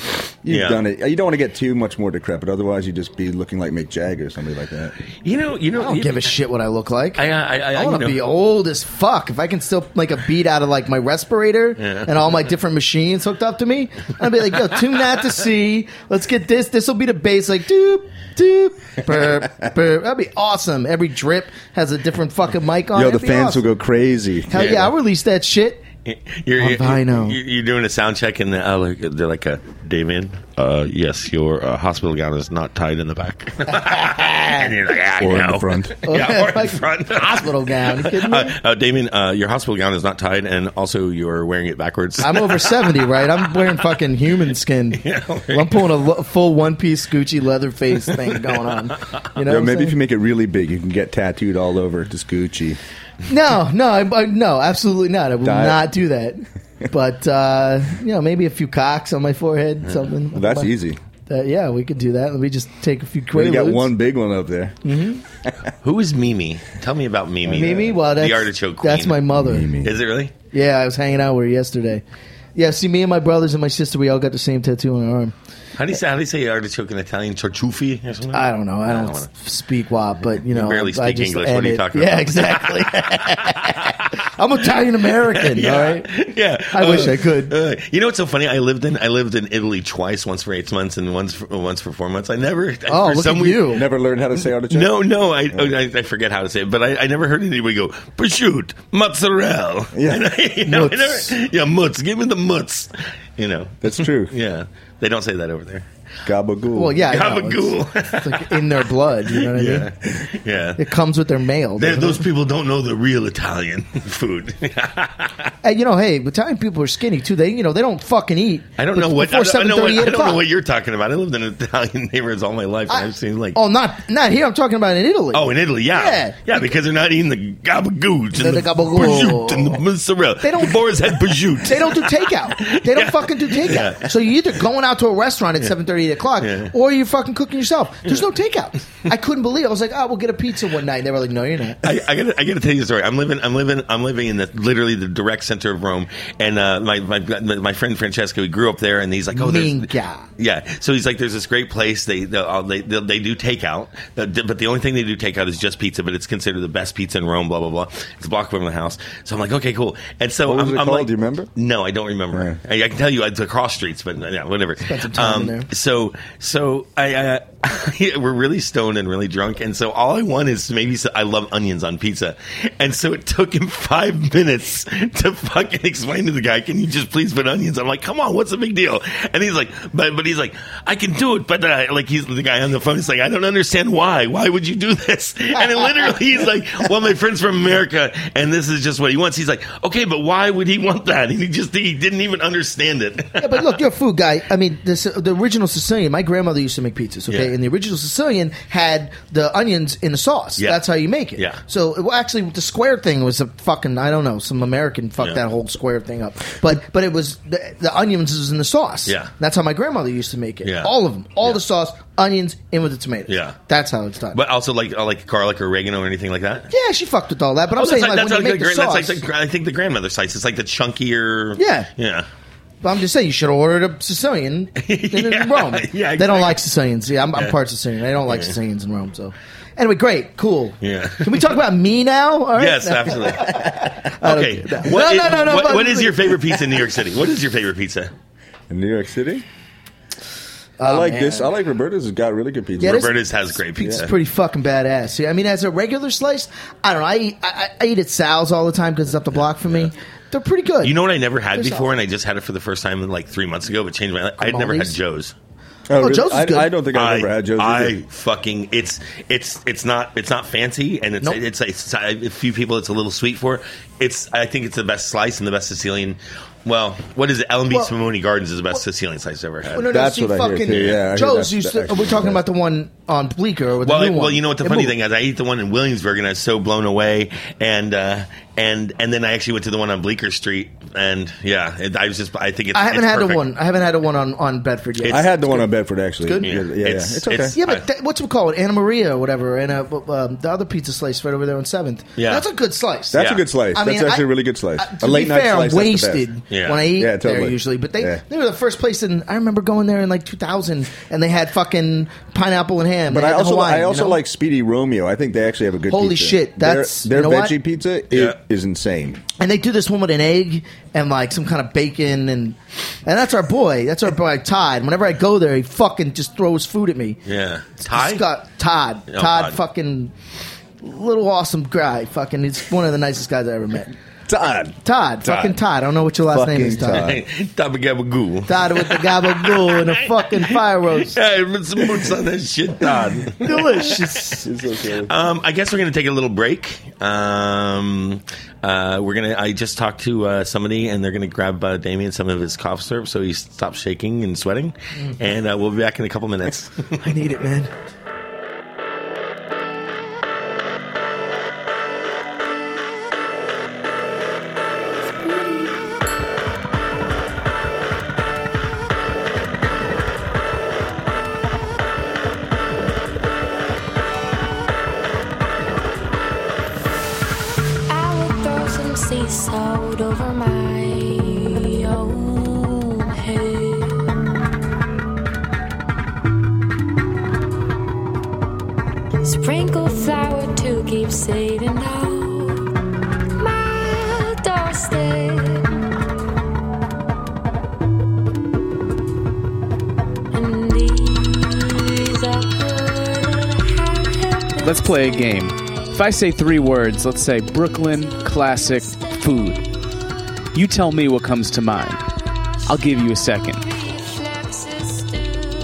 [SPEAKER 5] You've
[SPEAKER 3] Yeah.
[SPEAKER 5] done it. You don't want to get too much more decrepit, otherwise you just be looking like Mick Jagger or somebody like that.
[SPEAKER 3] You know, you know,
[SPEAKER 4] I don't
[SPEAKER 3] you-
[SPEAKER 4] give a shit what I look like.
[SPEAKER 3] I- I- I- I,
[SPEAKER 4] want
[SPEAKER 3] you know-
[SPEAKER 4] to be old as fuck. If I can still make a beat out of like my respirator
[SPEAKER 3] Yeah.
[SPEAKER 4] and all my different machines hooked up to me, I'd be like, yo, tune that to C. Let's get this. This will be the bass. Like, doop, doop, burp, burp. That'd be awesome. Every drip has a different fucking mic on
[SPEAKER 5] Yo,
[SPEAKER 4] it.
[SPEAKER 5] the fans will go crazy.
[SPEAKER 4] Hell yeah,
[SPEAKER 3] Yeah.
[SPEAKER 4] I'll release that shit.
[SPEAKER 3] You're,
[SPEAKER 4] On
[SPEAKER 3] you're,
[SPEAKER 4] vinyl.
[SPEAKER 3] You're, you're doing a sound check, and uh, like- they're like, uh, "Damien, uh, yes, your uh, hospital gown is not tied in the back." and you're like, "I
[SPEAKER 5] Or in
[SPEAKER 3] know."
[SPEAKER 5] the front.
[SPEAKER 3] yeah, or in
[SPEAKER 4] Like,
[SPEAKER 3] front.
[SPEAKER 4] Hospital gown. You kidding me?
[SPEAKER 3] Uh, uh, Damien, uh, your hospital gown is not tied, and also you're wearing it backwards.
[SPEAKER 4] I'm over 70, right? I'm wearing fucking human skin. I'm pulling a lo- full one piece Gucci leather face thing going on. You
[SPEAKER 5] Yo,
[SPEAKER 4] know, what I'm
[SPEAKER 5] maybe if you
[SPEAKER 4] saying?
[SPEAKER 5] make it really big, you can get tattooed all over to Gucci.
[SPEAKER 4] no, no, I, I- no, absolutely not. I will
[SPEAKER 5] Diet.
[SPEAKER 4] not do that. But uh, you know, maybe a few cocks on my forehead, something.
[SPEAKER 5] Well, that's easy.
[SPEAKER 4] Uh, yeah, we could do that. Let me just take a few
[SPEAKER 5] We
[SPEAKER 4] quaaludes.
[SPEAKER 5] got one big one up there.
[SPEAKER 4] Mm-hmm.
[SPEAKER 3] Who is Mimi? Tell me about Mimi.
[SPEAKER 4] Mimi, well, that's,
[SPEAKER 3] the artichoke queen.
[SPEAKER 4] That's my mother.
[SPEAKER 3] Is it really?
[SPEAKER 4] Yeah, I was hanging out with her yesterday. Yeah, see, me and my brothers and my sister, we all got the same tattoo on our arm.
[SPEAKER 3] How do you say? How do you say artichoke in Italian? Tartufi or something?
[SPEAKER 4] I don't know. I
[SPEAKER 3] I
[SPEAKER 4] don't,
[SPEAKER 3] don't wanna-
[SPEAKER 4] speak WAP, but you know,
[SPEAKER 3] barely
[SPEAKER 4] I, I
[SPEAKER 3] speak
[SPEAKER 4] just
[SPEAKER 3] English. What are you
[SPEAKER 4] edit.
[SPEAKER 3] talking
[SPEAKER 4] yeah,
[SPEAKER 3] about?
[SPEAKER 4] exactly. I'm Italian American. All right.
[SPEAKER 3] yeah.
[SPEAKER 4] I wish I could.
[SPEAKER 3] uh, you know what's so funny? I lived in I lived in Italy twice, once for eight months and once for, once for four months. I never. I,
[SPEAKER 4] Oh,
[SPEAKER 3] for
[SPEAKER 4] look
[SPEAKER 3] some
[SPEAKER 4] at
[SPEAKER 3] re-
[SPEAKER 4] you.
[SPEAKER 5] Never learned how to say artichoke.
[SPEAKER 3] No, no, I, oh, I I forget how to say it, but I, I never heard anybody go prosciutto, mozzarella.
[SPEAKER 5] Yeah.
[SPEAKER 3] And I- you know, I
[SPEAKER 4] Mutz.
[SPEAKER 3] never- yeah, mutz. Give me the mutz. You know,
[SPEAKER 5] that's true.
[SPEAKER 3] yeah, they don't say that over there.
[SPEAKER 5] Gabagool.
[SPEAKER 4] Well, yeah. I know.
[SPEAKER 3] Gabagool.
[SPEAKER 4] It's, it's like in their blood. You know what I mean?
[SPEAKER 3] Yeah, yeah.
[SPEAKER 4] It comes with their mail.
[SPEAKER 3] They-
[SPEAKER 4] doesn't
[SPEAKER 3] those
[SPEAKER 4] it?
[SPEAKER 3] people don't know the real Italian food.
[SPEAKER 4] Hey, you know, hey, Italian people are skinny too. They, you know, they don't fucking eat.
[SPEAKER 3] I don't know
[SPEAKER 4] be-
[SPEAKER 3] what I
[SPEAKER 4] Before
[SPEAKER 3] don't, I
[SPEAKER 4] seven
[SPEAKER 3] know what
[SPEAKER 4] thirty,
[SPEAKER 3] I
[SPEAKER 4] eight
[SPEAKER 3] don't know
[SPEAKER 4] o'clock.
[SPEAKER 3] what you're talking about. I lived in Italian neighborhoods all my life, and I, have seen like
[SPEAKER 4] Oh, not not here. I'm talking about in Italy.
[SPEAKER 3] Oh, in Italy, yeah.
[SPEAKER 4] Yeah.
[SPEAKER 3] Yeah, because they're not eating the gabagooch
[SPEAKER 4] They're
[SPEAKER 3] and the,
[SPEAKER 4] the gabagool.
[SPEAKER 3] prosciutto and the mozzarella.
[SPEAKER 4] They don't-
[SPEAKER 3] the boar's head prosciutto.
[SPEAKER 4] They don't do takeout. They don't fucking do takeout. So you're either going out to a restaurant at seven thirty, eight 7.30, 8 o'clock,
[SPEAKER 3] Yeah.
[SPEAKER 4] or you're fucking cooking yourself. There's no takeout. I couldn't believe it. I was like, oh, we'll get a pizza one night. And they were like, no, you're not.
[SPEAKER 3] I, I gotta, I gotta tell you a story. I'm living, I'm living, I'm living in the literally the direct center of Rome, and uh, my, my my friend Francesco, he grew up there, and he's like, oh, there's,
[SPEAKER 4] Minchia.
[SPEAKER 3] yeah. So he's like, there's this great place. They they uh, they, they, they do takeout, uh, d- but the only thing they do takeout is just pizza. But it's considered the best pizza in Rome. Blah blah blah. It's a block from the house. So I'm like, okay, cool. And so
[SPEAKER 5] What was
[SPEAKER 3] I'm,
[SPEAKER 5] it
[SPEAKER 3] I'm
[SPEAKER 5] called?
[SPEAKER 3] like,
[SPEAKER 5] Do you remember?
[SPEAKER 3] No, I don't remember. I, I can tell you, it's across streets, but uh, yeah, whatever. Um,
[SPEAKER 4] some time in there.
[SPEAKER 3] So, so I, uh, we're really stoned and really drunk, and so all I want is maybe so, I love onions on pizza, and so it took him five minutes to fucking explain to the guy, "Can you just please put onions?" I'm like, "Come on, what's the big deal?" And he's like, "But, but he's like, I can do it, but uh, like he's the guy on the phone. He's like, I don't understand why. Why would you do this?" And it literally, he's like, "Well, my friend's from America, and this is just what he wants." He's like, "Okay, but why would he want that?" And he just he didn't even understand it.
[SPEAKER 4] Yeah, but look, you're a food guy. I mean, this, the original Sicilian, my grandmother used to make pizzas, okay? Sicily in the original Sicilian had the onions in a sauce.
[SPEAKER 3] Yeah.
[SPEAKER 4] That's how you make it.
[SPEAKER 3] Yeah.
[SPEAKER 4] So it, well, actually, the square thing was a fucking I don't know some American fucked
[SPEAKER 3] Yeah.
[SPEAKER 4] that whole square thing up. But but it was the, the onions was in the sauce.
[SPEAKER 3] Yeah.
[SPEAKER 4] That's how my grandmother used to make it.
[SPEAKER 3] Yeah.
[SPEAKER 4] All of them, all
[SPEAKER 3] Yeah.
[SPEAKER 4] the sauce, onions, in with the tomatoes.
[SPEAKER 3] Yeah.
[SPEAKER 4] That's how it's done.
[SPEAKER 3] But also like uh, like garlic or oregano or anything like that.
[SPEAKER 4] yeah, she fucked with all that. But I'm
[SPEAKER 3] Oh,
[SPEAKER 4] saying
[SPEAKER 3] that's,
[SPEAKER 4] like
[SPEAKER 3] like, that's,
[SPEAKER 4] when you
[SPEAKER 3] like the,
[SPEAKER 4] make the
[SPEAKER 3] gra-
[SPEAKER 4] sauce,
[SPEAKER 3] that's like the, gra- I think the grandmother slice. It's like the chunkier.
[SPEAKER 4] Yeah.
[SPEAKER 3] yeah.
[SPEAKER 4] But I'm just saying, you should have ordered a Sicilian in, in
[SPEAKER 3] Yeah,
[SPEAKER 4] Rome.
[SPEAKER 3] yeah,
[SPEAKER 4] They don't
[SPEAKER 3] exactly.
[SPEAKER 4] like Sicilians. Yeah, I'm, I'm part Sicilian. They don't like Sicilians in Rome. So, anyway, great, cool.
[SPEAKER 3] Yeah.
[SPEAKER 4] Can we talk about me now? All right.
[SPEAKER 3] Yes, absolutely. okay. What
[SPEAKER 4] No,
[SPEAKER 3] is-
[SPEAKER 4] no, no, no,
[SPEAKER 3] what-
[SPEAKER 4] but-
[SPEAKER 3] what is your favorite pizza in New York City? What is your favorite pizza?
[SPEAKER 5] In New York City? I like
[SPEAKER 4] Ah, man.
[SPEAKER 5] this. I like Roberta's. It's got really good pizza.
[SPEAKER 4] Yeah, it is-
[SPEAKER 3] Roberta's has great
[SPEAKER 4] It's
[SPEAKER 3] pizza.
[SPEAKER 4] pretty fucking badass. Yeah, I mean, as a regular slice, I don't know. I eat, I, I I eat at Sal's all the time because it's up the block for me. They're pretty good.
[SPEAKER 3] You know what I never had
[SPEAKER 4] There's
[SPEAKER 3] before,
[SPEAKER 4] a-
[SPEAKER 3] and I just had it for the first time like three months ago, but changed my. I had never had
[SPEAKER 4] Tamales?
[SPEAKER 3] Joe's.
[SPEAKER 5] Oh,
[SPEAKER 4] Joe's is
[SPEAKER 5] I,
[SPEAKER 4] good.
[SPEAKER 5] I don't think I've ever had Joe's.
[SPEAKER 3] I
[SPEAKER 5] either.
[SPEAKER 3] fucking it's it's it's not it's not fancy, and it's
[SPEAKER 4] Nope.
[SPEAKER 3] it's, it's, a few people it's a little sweet for. It's I think it's the best slice and the best Sicilian. Well, what is it? L and B
[SPEAKER 4] Well-
[SPEAKER 3] Spumoni Gardens is the best Sicilian slice I've ever had.
[SPEAKER 4] Oh, no, no,
[SPEAKER 5] That's
[SPEAKER 4] see,
[SPEAKER 5] what I hear,
[SPEAKER 4] fucking
[SPEAKER 5] too. Yeah, I hear
[SPEAKER 4] Joe's
[SPEAKER 5] that- that
[SPEAKER 4] used to. Are we
[SPEAKER 5] actually-
[SPEAKER 4] talking about the one on Bleecker or the
[SPEAKER 3] well,
[SPEAKER 4] new
[SPEAKER 3] it-
[SPEAKER 4] one?
[SPEAKER 3] well, you know what the
[SPEAKER 4] It
[SPEAKER 3] funny
[SPEAKER 4] moved.
[SPEAKER 3] thing is, I ate the one in Williamsburg, and I was so blown away, and uh, and and then I actually went to the one on Bleecker Street, and yeah, it, I was just I think it's
[SPEAKER 4] I haven't
[SPEAKER 3] it's
[SPEAKER 4] had
[SPEAKER 3] perfect.
[SPEAKER 4] a one. I haven't had a one on on Bedford yet.
[SPEAKER 5] I had the one on Bedford actually.
[SPEAKER 4] good.
[SPEAKER 5] Yeah, yeah, yeah.
[SPEAKER 3] It's-
[SPEAKER 5] It's okay.
[SPEAKER 3] it's-
[SPEAKER 4] Yeah,
[SPEAKER 3] I-
[SPEAKER 4] but that, what's it called? Anna Maria or whatever, and uh, um, the other pizza slice right over there on Seventh.
[SPEAKER 3] Yeah.
[SPEAKER 4] that's a good slice.
[SPEAKER 5] that's
[SPEAKER 3] Yeah.
[SPEAKER 5] a good slice.
[SPEAKER 4] I mean,
[SPEAKER 5] that's actually
[SPEAKER 4] I-
[SPEAKER 5] a really good slice.
[SPEAKER 4] I- to
[SPEAKER 5] a late
[SPEAKER 4] be
[SPEAKER 5] night slice.
[SPEAKER 4] fair, I'm
[SPEAKER 5] that's the best.
[SPEAKER 4] wasted
[SPEAKER 3] Yeah.
[SPEAKER 4] when I eat
[SPEAKER 5] Yeah,
[SPEAKER 4] there
[SPEAKER 5] totally.
[SPEAKER 4] usually. But they
[SPEAKER 5] Yeah.
[SPEAKER 4] they were the first place, and I remember going there in like 2000, and they had fucking pineapple and ham.
[SPEAKER 5] But
[SPEAKER 4] They
[SPEAKER 5] I
[SPEAKER 4] had the
[SPEAKER 5] also
[SPEAKER 4] Hawaiian,
[SPEAKER 5] I
[SPEAKER 4] you
[SPEAKER 5] also
[SPEAKER 4] know?
[SPEAKER 5] like Speedy Romeo. I think they actually have a good.
[SPEAKER 4] Holy
[SPEAKER 5] pizza.
[SPEAKER 4] shit,
[SPEAKER 5] Their-
[SPEAKER 4] that's-
[SPEAKER 5] their,
[SPEAKER 4] you know what?
[SPEAKER 5] veggie pizza. It is
[SPEAKER 3] Yeah.
[SPEAKER 5] insane.
[SPEAKER 4] and they do this one with an egg and like some kind of bacon, and and that's our boy. That's our boy Todd. Whenever I go there, he fucking just throws food at me.
[SPEAKER 3] yeah, Thai.
[SPEAKER 4] Scott, Todd.
[SPEAKER 3] Oh,
[SPEAKER 4] Todd,
[SPEAKER 3] Todd.
[SPEAKER 4] fucking little awesome guy. Fucking, he's one of the nicest guys I ever met.
[SPEAKER 5] Todd.
[SPEAKER 4] Todd, fucking Todd. I don't know what your last
[SPEAKER 5] Fucking
[SPEAKER 4] name is, Todd.
[SPEAKER 5] Todd.
[SPEAKER 3] Tabagabagoo.
[SPEAKER 4] Todd with the gabagool and the fucking fire roast.
[SPEAKER 3] Hey, put some boots on that shit, Todd.
[SPEAKER 4] Delicious.
[SPEAKER 5] It's okay.
[SPEAKER 3] Um, I guess we're going to take a little break. Um, uh, we're going to. I just talked to uh, somebody, and they're going to grab uh, Damien some of his cough syrup so he stops shaking and sweating.
[SPEAKER 4] Mm-hmm.
[SPEAKER 3] And uh, we'll be back in a couple minutes.
[SPEAKER 4] I need it, man.
[SPEAKER 6] I would throw some sea salt over my own head. Sprinkle flour to keep saving out my doorstep. And these are good habits.
[SPEAKER 1] Let's play a game. If I say three words, let's say Brooklyn, classic, food. You tell me what comes to mind. I'll give you a second.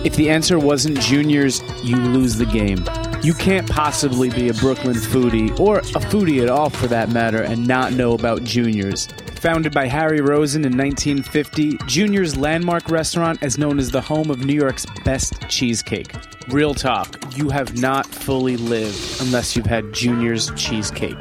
[SPEAKER 1] If the answer wasn't juniors, you lose the game. You can't possibly be a Brooklyn foodie, or a foodie at all for that matter, and not know about Juniors. Founded by Harry Rosen in 1950, Junior's landmark restaurant is known as the home of New York's best cheesecake. Real talk, you have not fully lived unless you've had Junior's cheesecake.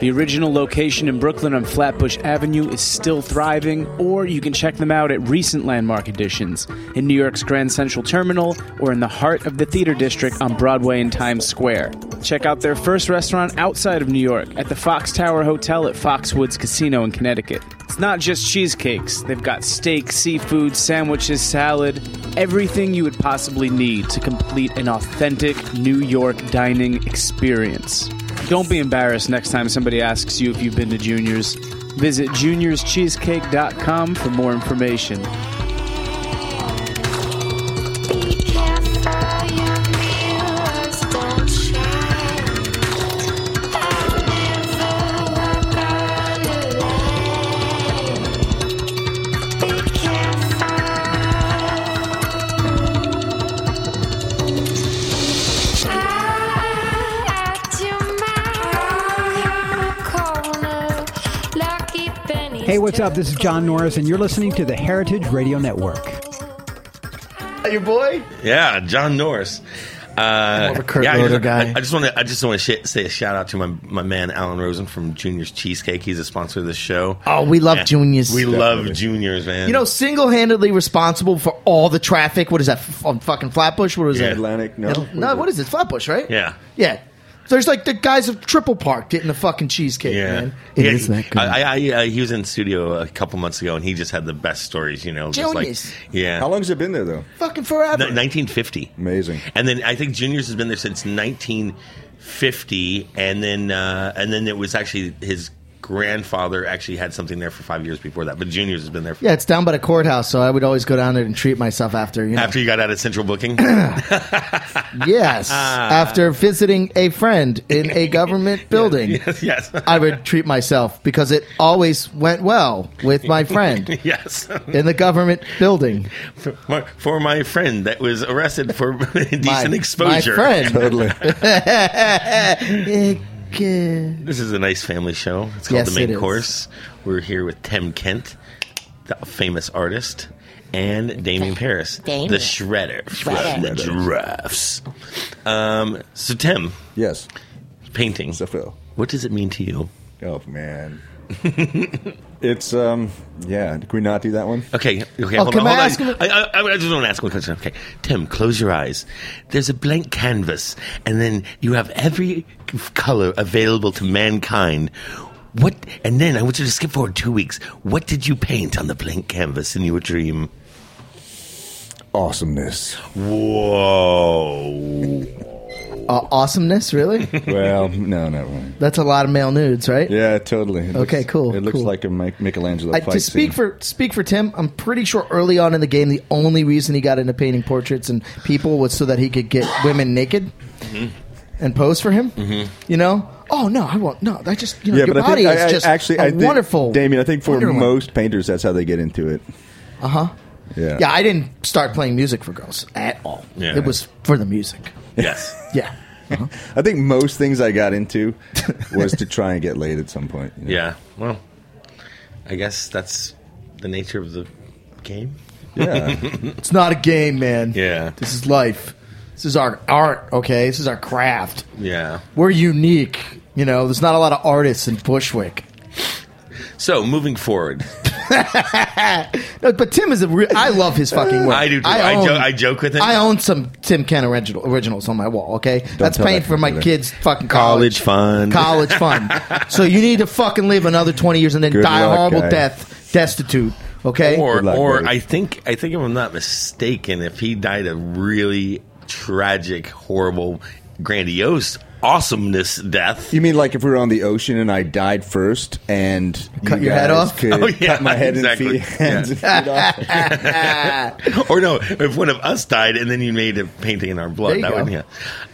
[SPEAKER 1] The original location in Brooklyn on Flatbush Avenue is still thriving, or you can check them out at recent landmark additions in New York's Grand Central Terminal or in the heart of the theater district on Broadway and Times Square. Check out their first restaurant outside of New York at the Fox Tower Hotel at Foxwoods Casino in Connecticut. It's not just cheesecakes, they've got steak, seafood, sandwiches, salad, everything you would possibly need to complete an authentic New York dining experience. Don't be embarrassed next time somebody asks you if you've been to Juniors. Visit juniorscheesecake.com for more information.
[SPEAKER 6] Be careful, your mirrors don't shine. I'll never walk alone. Be careful. Out your mind, corner, lucky pennies.
[SPEAKER 7] Hey, what's up? This is John Norris, and you're listening to the Heritage Radio Network.
[SPEAKER 4] Your boy?
[SPEAKER 3] yeah, John Norris. Uh,
[SPEAKER 4] more of a Kurt
[SPEAKER 3] I
[SPEAKER 4] Loder
[SPEAKER 3] just-
[SPEAKER 4] guy.
[SPEAKER 3] I, I just want to. I just want to sh- say a shout out to my my man Alan Rosen from Junior's Cheesecake. He's a sponsor of this show.
[SPEAKER 4] Oh, we love
[SPEAKER 3] Yeah.
[SPEAKER 4] juniors.
[SPEAKER 3] We love juniors, man.
[SPEAKER 4] You know, single-handedly responsible for all the traffic. What is that? F- on fucking Flatbush? What was
[SPEAKER 3] Yeah.
[SPEAKER 4] it?
[SPEAKER 5] Atlantic, no.
[SPEAKER 4] Atl- no, what is it? Flatbush, right?
[SPEAKER 3] Yeah.
[SPEAKER 4] yeah. There's like the guys of Triple Park getting the fucking cheesecake. man. It
[SPEAKER 3] Yeah,
[SPEAKER 4] is that good.
[SPEAKER 3] I, I, I, uh, he was in studio a couple months ago, and he just had the best stories. You know, just
[SPEAKER 4] Juniors.
[SPEAKER 3] like yeah,
[SPEAKER 5] How long has it been there, though?
[SPEAKER 4] fucking forever.
[SPEAKER 3] No, 1950.
[SPEAKER 5] Amazing.
[SPEAKER 3] And then I think Juniors has been there since 1950, and then uh, and then it was actually his grandfather actually had something there for five years before that. But Juniors has been there for,
[SPEAKER 4] yeah, it's down by the courthouse, so I would always go down there and treat myself after. You know,
[SPEAKER 3] after you got out of central booking.
[SPEAKER 4] yes,
[SPEAKER 3] Ah.
[SPEAKER 4] after visiting a friend in a government building.
[SPEAKER 3] yes, yes,
[SPEAKER 4] I would treat myself because it always went well with my friend
[SPEAKER 3] yes.
[SPEAKER 4] in the government building.
[SPEAKER 3] For my, for my friend that was arrested for indecent
[SPEAKER 4] My,
[SPEAKER 3] exposure.
[SPEAKER 4] My friend.
[SPEAKER 5] Totally.
[SPEAKER 4] Eh,
[SPEAKER 3] This is a nice family show. It's called
[SPEAKER 4] Yes,
[SPEAKER 3] The Main
[SPEAKER 4] it is.
[SPEAKER 3] Course. We're here with Tim Kent, the famous artist, and Damien Paris,
[SPEAKER 8] Damien.
[SPEAKER 3] the shredder, from
[SPEAKER 8] Shredder.
[SPEAKER 3] the giraffes. Um, so, Tim,
[SPEAKER 5] yes.
[SPEAKER 3] painting.
[SPEAKER 5] So, Phil.
[SPEAKER 3] What does it mean to you?
[SPEAKER 5] Oh, man. it's, um, yeah. Can we not do that one?
[SPEAKER 3] Okay, okay,
[SPEAKER 4] Oh,
[SPEAKER 3] hold
[SPEAKER 4] can
[SPEAKER 3] on, hold
[SPEAKER 4] I
[SPEAKER 3] on.
[SPEAKER 4] ask him-
[SPEAKER 3] I, I, I just want to ask one question. Okay, Tim, close your eyes. There's a blank canvas, and then you have every color available to mankind. What? And then I want you to skip forward two weeks. What did you paint on the blank canvas in your dream?
[SPEAKER 5] Awesomeness.
[SPEAKER 3] Whoa!
[SPEAKER 4] aw- awesomeness, really?
[SPEAKER 5] well, no, not really.
[SPEAKER 4] That's a lot of male nudes, right?
[SPEAKER 5] Yeah, totally. It
[SPEAKER 4] Okay,
[SPEAKER 5] looks-
[SPEAKER 4] cool,
[SPEAKER 5] It looks
[SPEAKER 4] cool.
[SPEAKER 5] like a Mi- Michelangelo
[SPEAKER 4] I,
[SPEAKER 5] fight
[SPEAKER 4] to speak
[SPEAKER 5] scene.
[SPEAKER 4] for speak for Tim, I'm pretty sure early on in the game, the only reason he got into painting portraits and people was so that he could get women naked
[SPEAKER 5] Mm-hmm.
[SPEAKER 4] and pose for him. You know? Oh no, I won't. No, I just you know
[SPEAKER 5] yeah,
[SPEAKER 4] your
[SPEAKER 5] but
[SPEAKER 4] body
[SPEAKER 5] I think,
[SPEAKER 4] is
[SPEAKER 5] I- I-
[SPEAKER 4] just
[SPEAKER 5] actually,
[SPEAKER 4] a
[SPEAKER 5] I think,
[SPEAKER 4] wonderful.
[SPEAKER 5] Damien, I think for
[SPEAKER 4] wonderland.
[SPEAKER 5] most painters, that's how they get into it.
[SPEAKER 4] Uh huh.
[SPEAKER 5] Yeah.
[SPEAKER 4] Yeah, I didn't start playing music for girls at all.
[SPEAKER 3] Yeah.
[SPEAKER 4] It was for the music.
[SPEAKER 3] Yes.
[SPEAKER 4] Yeah.
[SPEAKER 5] I think most things I got into was to try and get laid at some point. you know?
[SPEAKER 3] yeah. Well, I guess that's the nature of the game.
[SPEAKER 5] Yeah.
[SPEAKER 4] It's not a game, man.
[SPEAKER 3] Yeah.
[SPEAKER 4] This is life. This is our art, okay? This is our craft.
[SPEAKER 3] Yeah.
[SPEAKER 4] We're unique. You know, there's not a lot of artists in Bushwick.
[SPEAKER 3] So moving forward,
[SPEAKER 4] No, but Tim is a real. I love his fucking work.
[SPEAKER 3] I do too. I jo- I joke with him.
[SPEAKER 4] I own some Tim Ken original, originals on my wall, okay? That's
[SPEAKER 5] tell
[SPEAKER 4] paying
[SPEAKER 5] that
[SPEAKER 4] for my
[SPEAKER 5] either.
[SPEAKER 4] kids' fucking
[SPEAKER 3] College
[SPEAKER 4] college,
[SPEAKER 3] fund.
[SPEAKER 4] College fun. so you need to fucking live another 20 years and then
[SPEAKER 5] Good
[SPEAKER 4] die a
[SPEAKER 5] luck,
[SPEAKER 4] horrible
[SPEAKER 5] guy.
[SPEAKER 4] death, destitute, okay?
[SPEAKER 3] or
[SPEAKER 5] Good luck,
[SPEAKER 3] or
[SPEAKER 5] buddy.
[SPEAKER 3] I think I think if I'm not mistaken, if he died a really tragic, horrible, grandiose, awesomeness death.
[SPEAKER 5] you mean like if we were on the ocean and I died first and
[SPEAKER 4] Cut
[SPEAKER 5] you
[SPEAKER 4] your head
[SPEAKER 5] guys
[SPEAKER 4] off?
[SPEAKER 5] Could
[SPEAKER 3] Oh, yeah,
[SPEAKER 5] cut my head
[SPEAKER 3] exactly.
[SPEAKER 5] and feet, hands and feet off.
[SPEAKER 3] Or no, if one of us died and then you made a painting in our blood,
[SPEAKER 4] There you
[SPEAKER 3] that
[SPEAKER 4] go.
[SPEAKER 3] would yeah.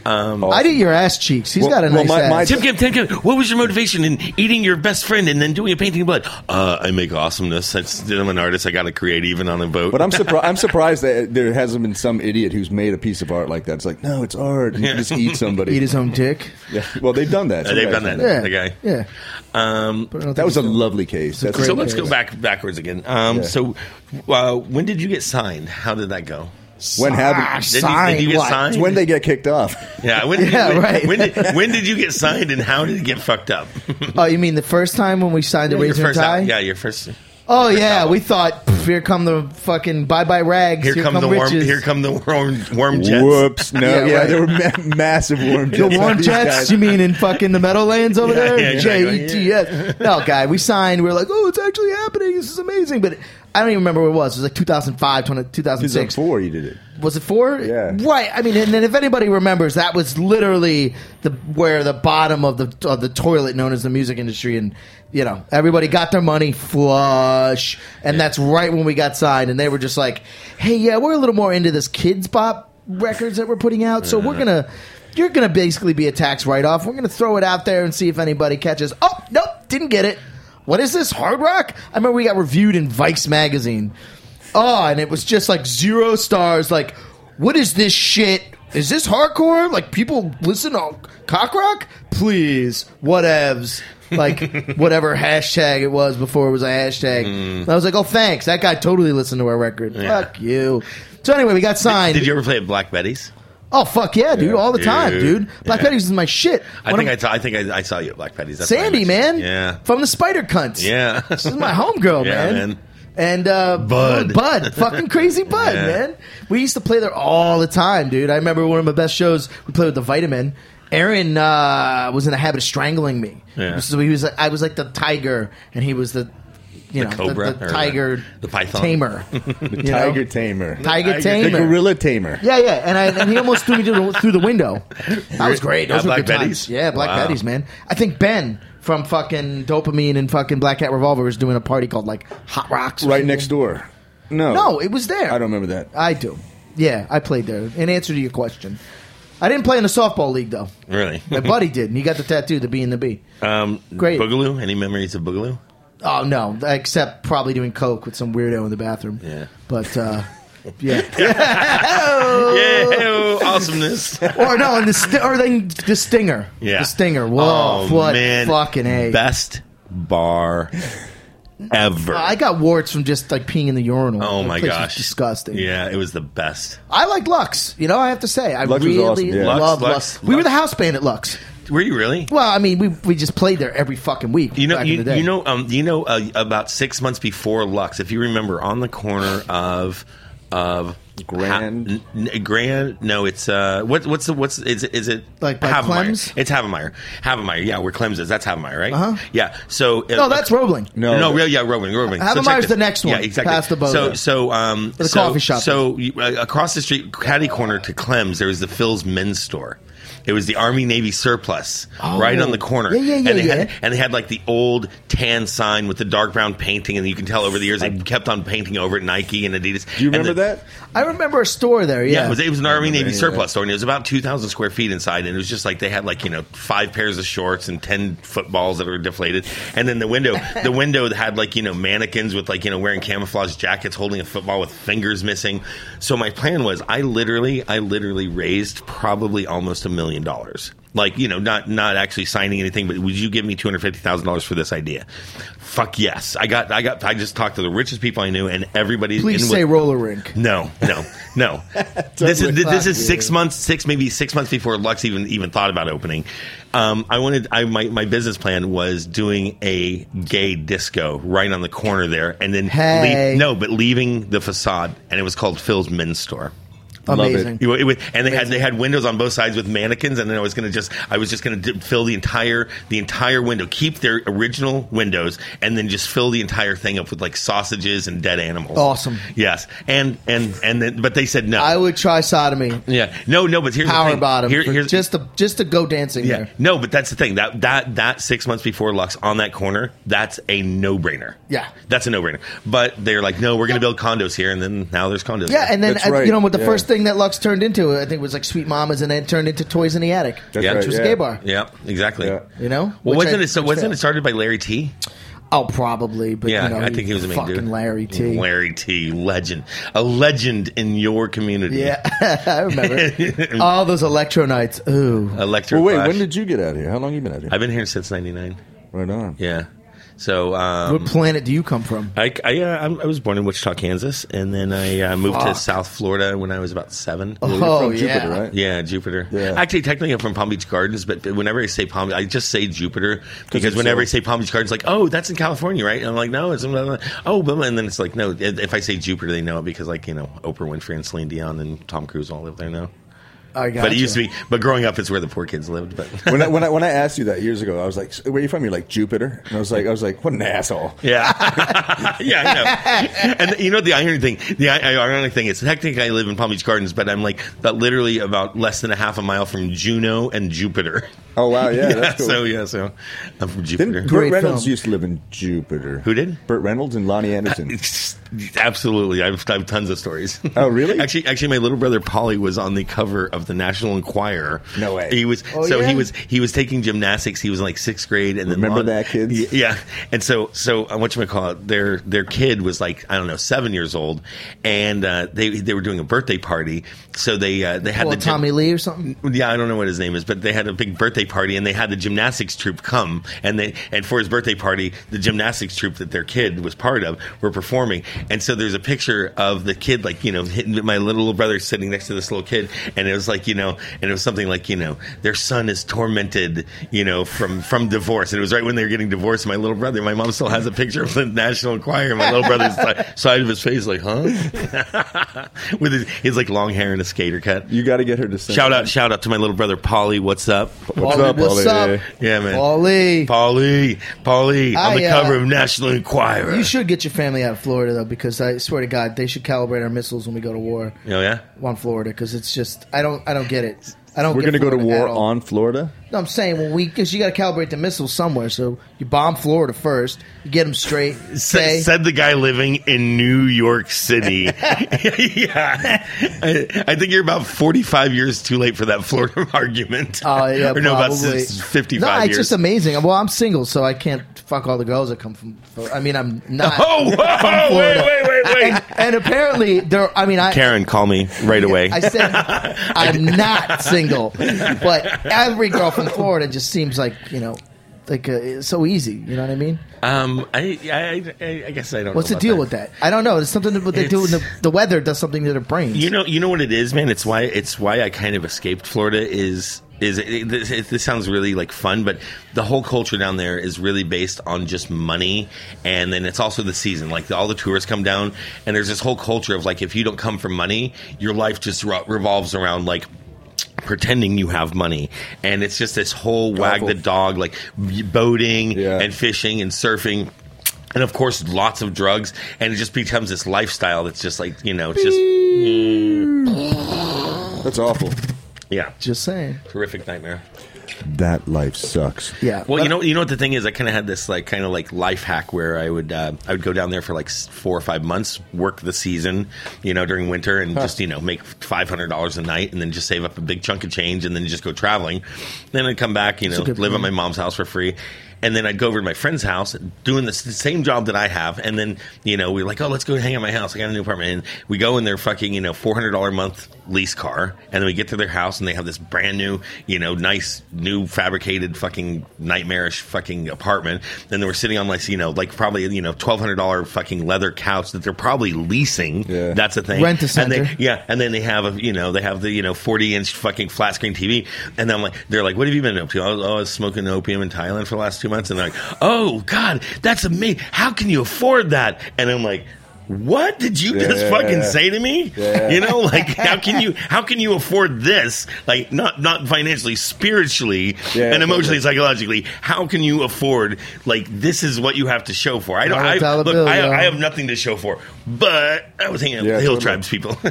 [SPEAKER 3] Um,
[SPEAKER 5] Oh.
[SPEAKER 4] I'd eat your ass cheeks. He's
[SPEAKER 5] Well-
[SPEAKER 4] got a
[SPEAKER 5] well,
[SPEAKER 4] nice
[SPEAKER 5] my- my-
[SPEAKER 4] ass.
[SPEAKER 3] Tim Kim, Tim Kim, what was your motivation in eating your best friend and then doing a painting of blood? Uh, I make awesomeness. That's, I'm an artist. I got to create even on a boat.
[SPEAKER 5] But I'm surprised. I'm surprised that there hasn't been some idiot who's made a piece of art like that. It's like, no, it's art. You can just eat somebody.
[SPEAKER 4] eat his own dick.
[SPEAKER 5] Yeah. Well, they've done that.
[SPEAKER 3] Uh, they've done
[SPEAKER 5] Somebody's
[SPEAKER 3] that.
[SPEAKER 4] Yeah.
[SPEAKER 3] The guy.
[SPEAKER 4] Yeah.
[SPEAKER 3] Um,
[SPEAKER 4] But I don't
[SPEAKER 5] That
[SPEAKER 4] think
[SPEAKER 5] was a
[SPEAKER 4] he's doing-
[SPEAKER 5] lovely case. That's
[SPEAKER 3] so
[SPEAKER 5] great
[SPEAKER 3] let's
[SPEAKER 5] case.
[SPEAKER 3] go back backwards again. Um,
[SPEAKER 5] Yeah.
[SPEAKER 3] So uh, when did you get signed? How did that go?
[SPEAKER 5] When
[SPEAKER 4] Ah,
[SPEAKER 5] have
[SPEAKER 3] Did you, did
[SPEAKER 4] signed
[SPEAKER 3] you get
[SPEAKER 4] what?
[SPEAKER 3] signed?
[SPEAKER 5] it's when they get kicked off.
[SPEAKER 3] yeah, when did,
[SPEAKER 4] Yeah,
[SPEAKER 3] when,
[SPEAKER 4] right.
[SPEAKER 3] when did, when did you get signed and how did it get fucked up?
[SPEAKER 4] Oh, you mean the first time when we signed the
[SPEAKER 3] your
[SPEAKER 4] Razor and
[SPEAKER 3] first
[SPEAKER 4] Tie?
[SPEAKER 3] out, yeah, your first.
[SPEAKER 4] Oh
[SPEAKER 3] first
[SPEAKER 4] yeah,
[SPEAKER 3] album.
[SPEAKER 4] we thought "Pff, here come the fucking bye bye rags.
[SPEAKER 3] Here, come, the warm.
[SPEAKER 4] riches.
[SPEAKER 3] Here come the warm. Warm jets.
[SPEAKER 5] Whoops. No.
[SPEAKER 4] Yeah,
[SPEAKER 5] Yeah,
[SPEAKER 4] right.
[SPEAKER 5] there were ma- massive warm
[SPEAKER 4] the
[SPEAKER 5] jets.
[SPEAKER 4] warm
[SPEAKER 5] These
[SPEAKER 4] jets.
[SPEAKER 5] guys-
[SPEAKER 4] You mean in fucking the Meadowlands over there?
[SPEAKER 3] yeah, exactly.
[SPEAKER 4] J E T S. No, guy, we signed. We were like, oh, it's actually happening. This is amazing. But I don't even remember what it was. It was like 2005, 20, 2006.
[SPEAKER 5] 2004 you did it.
[SPEAKER 4] Was it four?
[SPEAKER 5] Yeah.
[SPEAKER 4] Right. I mean, and then if anybody remembers, that was literally the where the bottom of the of the toilet known as the music industry, and you know everybody got their money flush, and that's right when we got signed, and they were just like, "Hey, yeah, we're a little more into this kids bop records that we're putting out, so we're gonna." You're gonna basically be a tax write-off. We're gonna throw it out there and see if anybody catches. Oh nope, didn't get it. What is this hard rock? I remember we got reviewed in Vice magazine. Oh, and it was just like zero stars. Like, what is this shit? Is this hardcore? Like, people listen to cock rock? Please, whatevs. Like, whatever hashtag it was before it was a hashtag.
[SPEAKER 3] Mm.
[SPEAKER 4] And I was like, oh, thanks. That guy totally listened to our record. Fuck you. So, anyway, we got signed.
[SPEAKER 3] Did you ever play at Black Betty's?
[SPEAKER 4] Oh fuck yeah, dude!
[SPEAKER 5] Yeah.
[SPEAKER 4] all the time,
[SPEAKER 3] Dude.
[SPEAKER 4] dude. Black
[SPEAKER 3] Yeah.
[SPEAKER 4] Betty's is my shit.
[SPEAKER 3] I
[SPEAKER 4] One
[SPEAKER 3] think
[SPEAKER 4] of-
[SPEAKER 3] I saw. I think I, I saw you at Black Patties. That's why I
[SPEAKER 4] Sandy, man.
[SPEAKER 3] mentioned- Yeah.
[SPEAKER 4] From the Spider Cunts.
[SPEAKER 3] Yeah.
[SPEAKER 4] This is my homegirl,
[SPEAKER 3] Yeah,
[SPEAKER 4] man.
[SPEAKER 3] man.
[SPEAKER 4] And uh,
[SPEAKER 3] Bud.
[SPEAKER 4] Bud, fucking crazy Bud,
[SPEAKER 3] Yeah.
[SPEAKER 4] man. We used to play there all the time, dude. I remember one of my best shows. We played with the Vitamin. Aaron uh, was in the habit of strangling me.
[SPEAKER 3] Yeah.
[SPEAKER 4] So he was like, I was like the tiger, and he was the, you know, the-
[SPEAKER 3] cobra
[SPEAKER 4] the,
[SPEAKER 3] or
[SPEAKER 4] tiger,
[SPEAKER 3] the- the python.
[SPEAKER 4] tamer,
[SPEAKER 5] The
[SPEAKER 4] know?
[SPEAKER 5] tiger tamer.
[SPEAKER 4] tiger
[SPEAKER 5] The
[SPEAKER 4] tamer,
[SPEAKER 5] gorilla tamer.
[SPEAKER 4] yeah, yeah, and I and he almost threw me through the, through the window. That was great. Those
[SPEAKER 3] Yeah,
[SPEAKER 4] were
[SPEAKER 3] Black
[SPEAKER 4] good times.
[SPEAKER 3] Betties?
[SPEAKER 4] Yeah, Black
[SPEAKER 3] Wow.
[SPEAKER 4] Betties, man. I think Ben from fucking Dopamine and fucking Black Cat Revolver was doing a party called like Hot Rocks. or
[SPEAKER 5] Right
[SPEAKER 4] something.
[SPEAKER 5] next door. No.
[SPEAKER 4] No, it was there.
[SPEAKER 5] I don't remember that.
[SPEAKER 4] I do. Yeah, I played there. In answer to your question, I didn't play in the softball league though.
[SPEAKER 3] Really.
[SPEAKER 4] My buddy did, and he got the tattoo, the B and the B.
[SPEAKER 3] Um,
[SPEAKER 4] Great.
[SPEAKER 3] Boogaloo. Any memories of Boogaloo?
[SPEAKER 4] Oh no, except probably doing coke with some weirdo in the bathroom.
[SPEAKER 3] Yeah.
[SPEAKER 4] but uh, yeah. Oh.
[SPEAKER 3] Yeah, awesomeness.
[SPEAKER 4] or no, and the st- or then the stinger.
[SPEAKER 3] Yeah,
[SPEAKER 4] the stinger. Whoa,
[SPEAKER 3] Oh,
[SPEAKER 4] what
[SPEAKER 3] man.
[SPEAKER 4] fucking a.
[SPEAKER 3] best bar ever.
[SPEAKER 4] I got warts from just like peeing in the urinal.
[SPEAKER 3] oh
[SPEAKER 4] That
[SPEAKER 3] my
[SPEAKER 4] place was
[SPEAKER 3] gosh,
[SPEAKER 4] disgusting.
[SPEAKER 3] Yeah, it was the best.
[SPEAKER 4] I like Lux. You know, I have to say, I
[SPEAKER 5] Lux was
[SPEAKER 4] really
[SPEAKER 5] awesome, yeah.
[SPEAKER 3] Lux,
[SPEAKER 4] love Lux,
[SPEAKER 3] Lux,
[SPEAKER 4] We were
[SPEAKER 3] Lux.
[SPEAKER 4] the house band at Lux.
[SPEAKER 3] Were you really?
[SPEAKER 4] Well, I mean, we we just played there every fucking week.
[SPEAKER 3] You know,
[SPEAKER 4] back
[SPEAKER 3] you,
[SPEAKER 4] in the day.
[SPEAKER 3] you know, um, you know. Uh, about six months before Lux, if you remember, on the corner of of
[SPEAKER 5] Grand?
[SPEAKER 3] Ha- n- n- Grand. No, it's uh, what, what's the what's is it, is it
[SPEAKER 4] Like by
[SPEAKER 3] Havemeyer.
[SPEAKER 4] Clem's?
[SPEAKER 3] It's Havemeyer. Havemeyer. Yeah, where Clem's is. That's Havemeyer, right?
[SPEAKER 4] Uh-huh.
[SPEAKER 3] Yeah. So uh,
[SPEAKER 4] no, that's Roebling.
[SPEAKER 3] No,
[SPEAKER 5] No.
[SPEAKER 3] no, yeah, yeah, Roman, Roman. check
[SPEAKER 4] Havemeyer's
[SPEAKER 3] this.
[SPEAKER 4] the next one,
[SPEAKER 3] Yeah, exactly.
[SPEAKER 4] past the boat.
[SPEAKER 3] So, so, um,
[SPEAKER 4] the
[SPEAKER 3] so,
[SPEAKER 4] coffee shop.
[SPEAKER 3] So you- uh, across the street, catty corner to Clem's, there was the Phil's Men's Store. It was the Army Navy surplus right on the corner.
[SPEAKER 4] Oh. Yeah, yeah, yeah,
[SPEAKER 3] and they Had,
[SPEAKER 4] yeah.
[SPEAKER 3] and they had like the old tan sign with the dark brown painting, and you can tell over the years they kept on painting over it Nike and Adidas.
[SPEAKER 5] Do you remember
[SPEAKER 3] and the-
[SPEAKER 5] that?
[SPEAKER 4] I remember a store there.
[SPEAKER 3] Yeah,
[SPEAKER 4] Yeah,
[SPEAKER 3] it, was, it was an Army Navy
[SPEAKER 5] yeah.
[SPEAKER 3] surplus store, and it was about two thousand square feet inside, and it was just like they had like you know five pairs of shorts and ten footballs that were deflated, and then the window, the window had like you know mannequins with like you know wearing camouflage jackets, holding a football with fingers missing. So my plan was, I literally, I literally raised probably almost a million dollars. Like you know, not not actually signing anything, but would you give me two hundred fifty thousand dollars for this idea? Fuck yes! I got I got I just talked to the richest people I knew, and everybody.
[SPEAKER 4] please
[SPEAKER 3] in with-
[SPEAKER 4] say roller rink.
[SPEAKER 3] no, no, no. this is
[SPEAKER 4] Fuck
[SPEAKER 3] this is six
[SPEAKER 4] you.
[SPEAKER 3] months, six maybe six months before Lux even even thought about opening. Um, I wanted I my, my business plan was doing a gay disco right on the corner there, and then
[SPEAKER 4] Hey.
[SPEAKER 3] leave, no, but leaving the facade, and it was called Phil's Men's Store.
[SPEAKER 5] it.
[SPEAKER 4] Amazing.
[SPEAKER 3] You- it was- and they had they had windows on both sides with mannequins, and then I was gonna just I was just gonna d- fill the entire the entire window, keep their original windows, and then just fill the entire thing up with like sausages and dead animals.
[SPEAKER 4] Awesome.
[SPEAKER 3] Yes, and and and then but they said no.
[SPEAKER 4] I would try sodomy,
[SPEAKER 3] yeah, no, no, but here's the
[SPEAKER 4] power
[SPEAKER 3] thing.
[SPEAKER 4] bottom,
[SPEAKER 3] Here-
[SPEAKER 4] for
[SPEAKER 3] here's-
[SPEAKER 4] just to just to go dancing
[SPEAKER 3] yeah.
[SPEAKER 4] there.
[SPEAKER 3] No, but that's the thing. That that that six months before Lux on that corner, that's a no brainer.
[SPEAKER 4] Yeah.
[SPEAKER 3] That's a no brainer. But they're like, no, we're gonna build condos here and then now there's condos.
[SPEAKER 4] Yeah, and then
[SPEAKER 5] That's
[SPEAKER 4] uh,
[SPEAKER 5] right,
[SPEAKER 4] you know what the
[SPEAKER 5] yeah.
[SPEAKER 4] first thing that Lux turned into, I think, was like Sweet Mamas, and then it turned into Toys in the Attic,
[SPEAKER 5] That's
[SPEAKER 3] Yeah.
[SPEAKER 5] right,
[SPEAKER 4] which was a gay bar.
[SPEAKER 3] Yeah, exactly.
[SPEAKER 5] Yeah.
[SPEAKER 4] You know,
[SPEAKER 3] Well,
[SPEAKER 4] Which
[SPEAKER 3] wasn't
[SPEAKER 4] I-
[SPEAKER 3] it so,
[SPEAKER 4] which
[SPEAKER 3] wasn't
[SPEAKER 4] failed.
[SPEAKER 3] it started by Larry T?
[SPEAKER 4] Oh, probably, but
[SPEAKER 3] Yeah,
[SPEAKER 4] you know,
[SPEAKER 3] I think he was a main
[SPEAKER 4] fucking
[SPEAKER 3] dude.
[SPEAKER 4] Larry T.
[SPEAKER 3] Larry T, legend. A legend in your community.
[SPEAKER 4] Yeah, I remember all those electro nights. Ooh,
[SPEAKER 3] Electro
[SPEAKER 5] Well, wait,
[SPEAKER 3] Flash.
[SPEAKER 5] when did you get out here? How long you been out here?
[SPEAKER 3] I've been here since 99.
[SPEAKER 5] right on.
[SPEAKER 3] Yeah. So um,
[SPEAKER 4] what planet do you come from?
[SPEAKER 3] I I, uh, I'm- I was born in Wichita, Kansas, and then I uh, moved to South Florida when I was about seven.
[SPEAKER 4] Oh
[SPEAKER 5] From Jupiter,
[SPEAKER 4] yeah,
[SPEAKER 5] right?
[SPEAKER 3] Yeah, Jupiter.
[SPEAKER 5] Yeah.
[SPEAKER 3] Actually, technically, I'm from Palm Beach Gardens, but whenever I say Palm, I just say Jupiter because
[SPEAKER 5] it's
[SPEAKER 3] whenever
[SPEAKER 5] so-
[SPEAKER 3] I say Palm Beach Gardens, like, oh, that's in California, right? And I'm like, no, it's oh, but and then it's like, no, if I say Jupiter, they know it because like you know Oprah Winfrey and Celine Dion and Tom Cruise all live there now.
[SPEAKER 4] I got
[SPEAKER 3] But it used to be, but growing up, it's where the poor kids lived. But
[SPEAKER 5] When I, when, I, when I asked you that years ago, I was like, "Where are you from?" You're like Jupiter, and I was like, "I was like, what an asshole."
[SPEAKER 3] Yeah, yeah, I know. And you know the irony thing, the i- ironic thing is, technically I live in Palm Beach Gardens, but I'm like about literally about less than a half a mile from Juno and Jupiter.
[SPEAKER 5] Oh wow, yeah, that's cool.
[SPEAKER 3] So yeah, so I'm from Jupiter.
[SPEAKER 5] Didn't
[SPEAKER 4] Great
[SPEAKER 5] Burt Reynolds
[SPEAKER 4] film.
[SPEAKER 5] used to live in Jupiter?
[SPEAKER 3] Who did?
[SPEAKER 5] Burt Reynolds and Lonnie Anderson.
[SPEAKER 3] It's- Absolutely, I've, I have tons of stories.
[SPEAKER 5] Oh, really?
[SPEAKER 3] Actually, actually, my little brother Polly was on the cover of the National Enquirer.
[SPEAKER 5] No way.
[SPEAKER 3] He was
[SPEAKER 4] Oh,
[SPEAKER 3] so
[SPEAKER 4] yeah?
[SPEAKER 3] he was he was taking gymnastics. He was in like sixth grade, and
[SPEAKER 5] Remember
[SPEAKER 3] then
[SPEAKER 5] that, kids?
[SPEAKER 3] Y- Yeah, and so so uh, what you call it? Their their kid was like I don't know seven years old, and uh, they they were doing a birthday party, so they uh, they had
[SPEAKER 4] Well,
[SPEAKER 3] the gym-
[SPEAKER 4] Tommy Lee or something.
[SPEAKER 3] yeah, I don't know what his name is, but they had a big birthday party, and they had the gymnastics troupe come, and they and for his birthday party, the gymnastics troupe that their kid was part of were performing, And so there's a picture of the kid, like, you know, hitting- my little brother sitting next to this little kid. And it was like, you know, and it was something like, you know, their son is tormented, you know, from, from divorce. And it was right when they were getting divorced. My little brother, my mom still has a picture of the National Choir. and My little brother's like, side of his face, like, huh? With his, his like long hair and a skater cut.
[SPEAKER 5] You got to get her to sing.
[SPEAKER 3] Shout out, shout out to my little brother, Polly. What's up?
[SPEAKER 5] What's up,
[SPEAKER 4] What's
[SPEAKER 5] Ollie?
[SPEAKER 4] up?
[SPEAKER 3] Yeah, man.
[SPEAKER 4] Paulie?
[SPEAKER 3] Polly, Polly, on the
[SPEAKER 4] I, uh,
[SPEAKER 3] cover of National Enquirer.
[SPEAKER 4] You should get your family out of Florida though, because I swear to God, they should calibrate our missiles when we go to war
[SPEAKER 3] Oh yeah,
[SPEAKER 4] on Florida. Because it's just, I don't, I don't get it. I don't.
[SPEAKER 5] We're
[SPEAKER 4] going
[SPEAKER 5] gonna go to war on Florida.
[SPEAKER 4] No, I'm saying when we, because you got to calibrate the missiles somewhere. So you bomb Florida first, you get them straight. Say,
[SPEAKER 3] Sa- said the guy living in New York City. yeah, I, I think you're about 45 years too late for that Florida argument.
[SPEAKER 4] Oh, yeah,
[SPEAKER 3] or no, about
[SPEAKER 4] probably.
[SPEAKER 3] s- 55
[SPEAKER 4] No, it's
[SPEAKER 3] years.
[SPEAKER 4] just amazing. Well, I'm single, so I can't fuck all the girls that come from. I mean, I'm not.
[SPEAKER 3] oh, whoa, wait,
[SPEAKER 4] Florida.
[SPEAKER 3] wait, wait, wait.
[SPEAKER 4] And, and apparently, there. I mean, I.
[SPEAKER 3] Karen, call me right away.
[SPEAKER 4] I said I'm not single, but every girl from Florida just seems like you know, like uh, it's so easy. You know what I mean?
[SPEAKER 3] um, I, I, I, I guess I don't.
[SPEAKER 4] What's
[SPEAKER 3] know
[SPEAKER 4] the
[SPEAKER 3] about
[SPEAKER 4] deal with that? I don't know. It's something that what they do. In
[SPEAKER 3] It's-
[SPEAKER 4] the, the weather does something to their brains.
[SPEAKER 3] You know, you know what it is, man. It's why it's why I kind of escaped Florida. Is is it, this, it, this sounds really like fun, but the whole culture down there is really based on just money, and then it's also the season. Like all the tourists come down, and there's this whole culture of like if you don't come for money, your life just re- revolves around like pretending you have money and it's just this whole wag the dog like boating
[SPEAKER 5] Yeah.
[SPEAKER 3] and fishing and surfing and of course lots of drugs and it just becomes this lifestyle that's just like you know it's just
[SPEAKER 5] That's awful.
[SPEAKER 3] yeah
[SPEAKER 4] Just saying.
[SPEAKER 3] terrific nightmare
[SPEAKER 5] That life sucks.
[SPEAKER 4] Yeah.
[SPEAKER 3] well you know you know what the thing is i kind of had this like kind of like life hack where i would uh, i would go down there for like s- four or five months work the season you know during winter and just you know make $500 a night and then just save up a big chunk of change and then just go traveling then i'd come back you know
[SPEAKER 4] a good
[SPEAKER 3] live at my mom's house for free and then I'd go over to my friend's house, doing the s- same job that I have. And then, you know, we were like, oh, let's go hang at my house. I got a new apartment. And we go in their fucking, you know, $400 a month lease car. And then we get to their house and they have this brand new, you know, nice, new fabricated fucking nightmarish fucking apartment. Then they were sitting on like, you know, like probably, you know, $1,200 fucking leather couch that they're probably leasing.
[SPEAKER 5] Yeah.
[SPEAKER 3] That's a thing.
[SPEAKER 4] Rent a
[SPEAKER 3] And they-
[SPEAKER 4] center.
[SPEAKER 3] yeah, and then they have a you know they have the you know forty inch fucking flat screen TV, and I'm like they're like, what have you been up to? Oh, oh, I was smoking opium in Thailand for the last two months, and they're like, oh god, that's amazing. How can you afford that? And I'm like. What did you
[SPEAKER 5] Yeah,
[SPEAKER 3] just
[SPEAKER 5] yeah,
[SPEAKER 3] fucking
[SPEAKER 5] yeah.
[SPEAKER 3] say to me?
[SPEAKER 5] Yeah.
[SPEAKER 3] You know, like how can you how can you afford this? Like not not financially, spiritually,
[SPEAKER 5] Yeah,
[SPEAKER 3] and emotionally,
[SPEAKER 5] totally.
[SPEAKER 3] psychologically. How can you afford like this is what you have to show for? I don't. I,
[SPEAKER 4] Hundred dollar
[SPEAKER 3] look,
[SPEAKER 4] bill,
[SPEAKER 3] I,
[SPEAKER 4] yo.
[SPEAKER 3] I have nothing to show for, but I was hanging out
[SPEAKER 5] Yeah,
[SPEAKER 3] with hill
[SPEAKER 5] totally.
[SPEAKER 3] tribes people.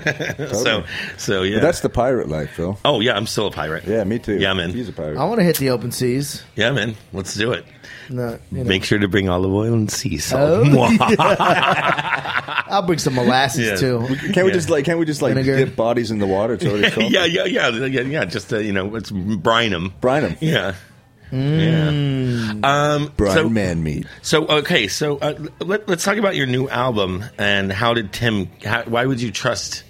[SPEAKER 3] So, so yeah.
[SPEAKER 5] But that's the pirate life, Phil.
[SPEAKER 3] oh yeah, I'm still a pirate.
[SPEAKER 5] Yeah, me too.
[SPEAKER 3] Yeah,
[SPEAKER 5] He's a
[SPEAKER 3] man.
[SPEAKER 5] pirate.
[SPEAKER 4] I want to hit the open seas.
[SPEAKER 3] Yeah, man. Let's do it.
[SPEAKER 4] No, you know,
[SPEAKER 3] Make sure to bring olive oil and sea
[SPEAKER 4] Oh.
[SPEAKER 3] salt. Mwah.
[SPEAKER 4] I'll bring some molasses
[SPEAKER 3] Yeah.
[SPEAKER 4] too.
[SPEAKER 5] can't we just like? Can't we just like
[SPEAKER 4] Vinegar.
[SPEAKER 5] dip bodies in the water? It's already salty.
[SPEAKER 3] yeah, yeah, yeah, yeah, yeah. Just uh, you know, let's brine them.
[SPEAKER 5] Brine 'em.
[SPEAKER 3] Yeah. Yeah. Um,
[SPEAKER 5] Brian
[SPEAKER 3] so,
[SPEAKER 5] man meat.
[SPEAKER 3] so okay, so uh, let, let's talk about your new album and how did Tim? How, why would you trust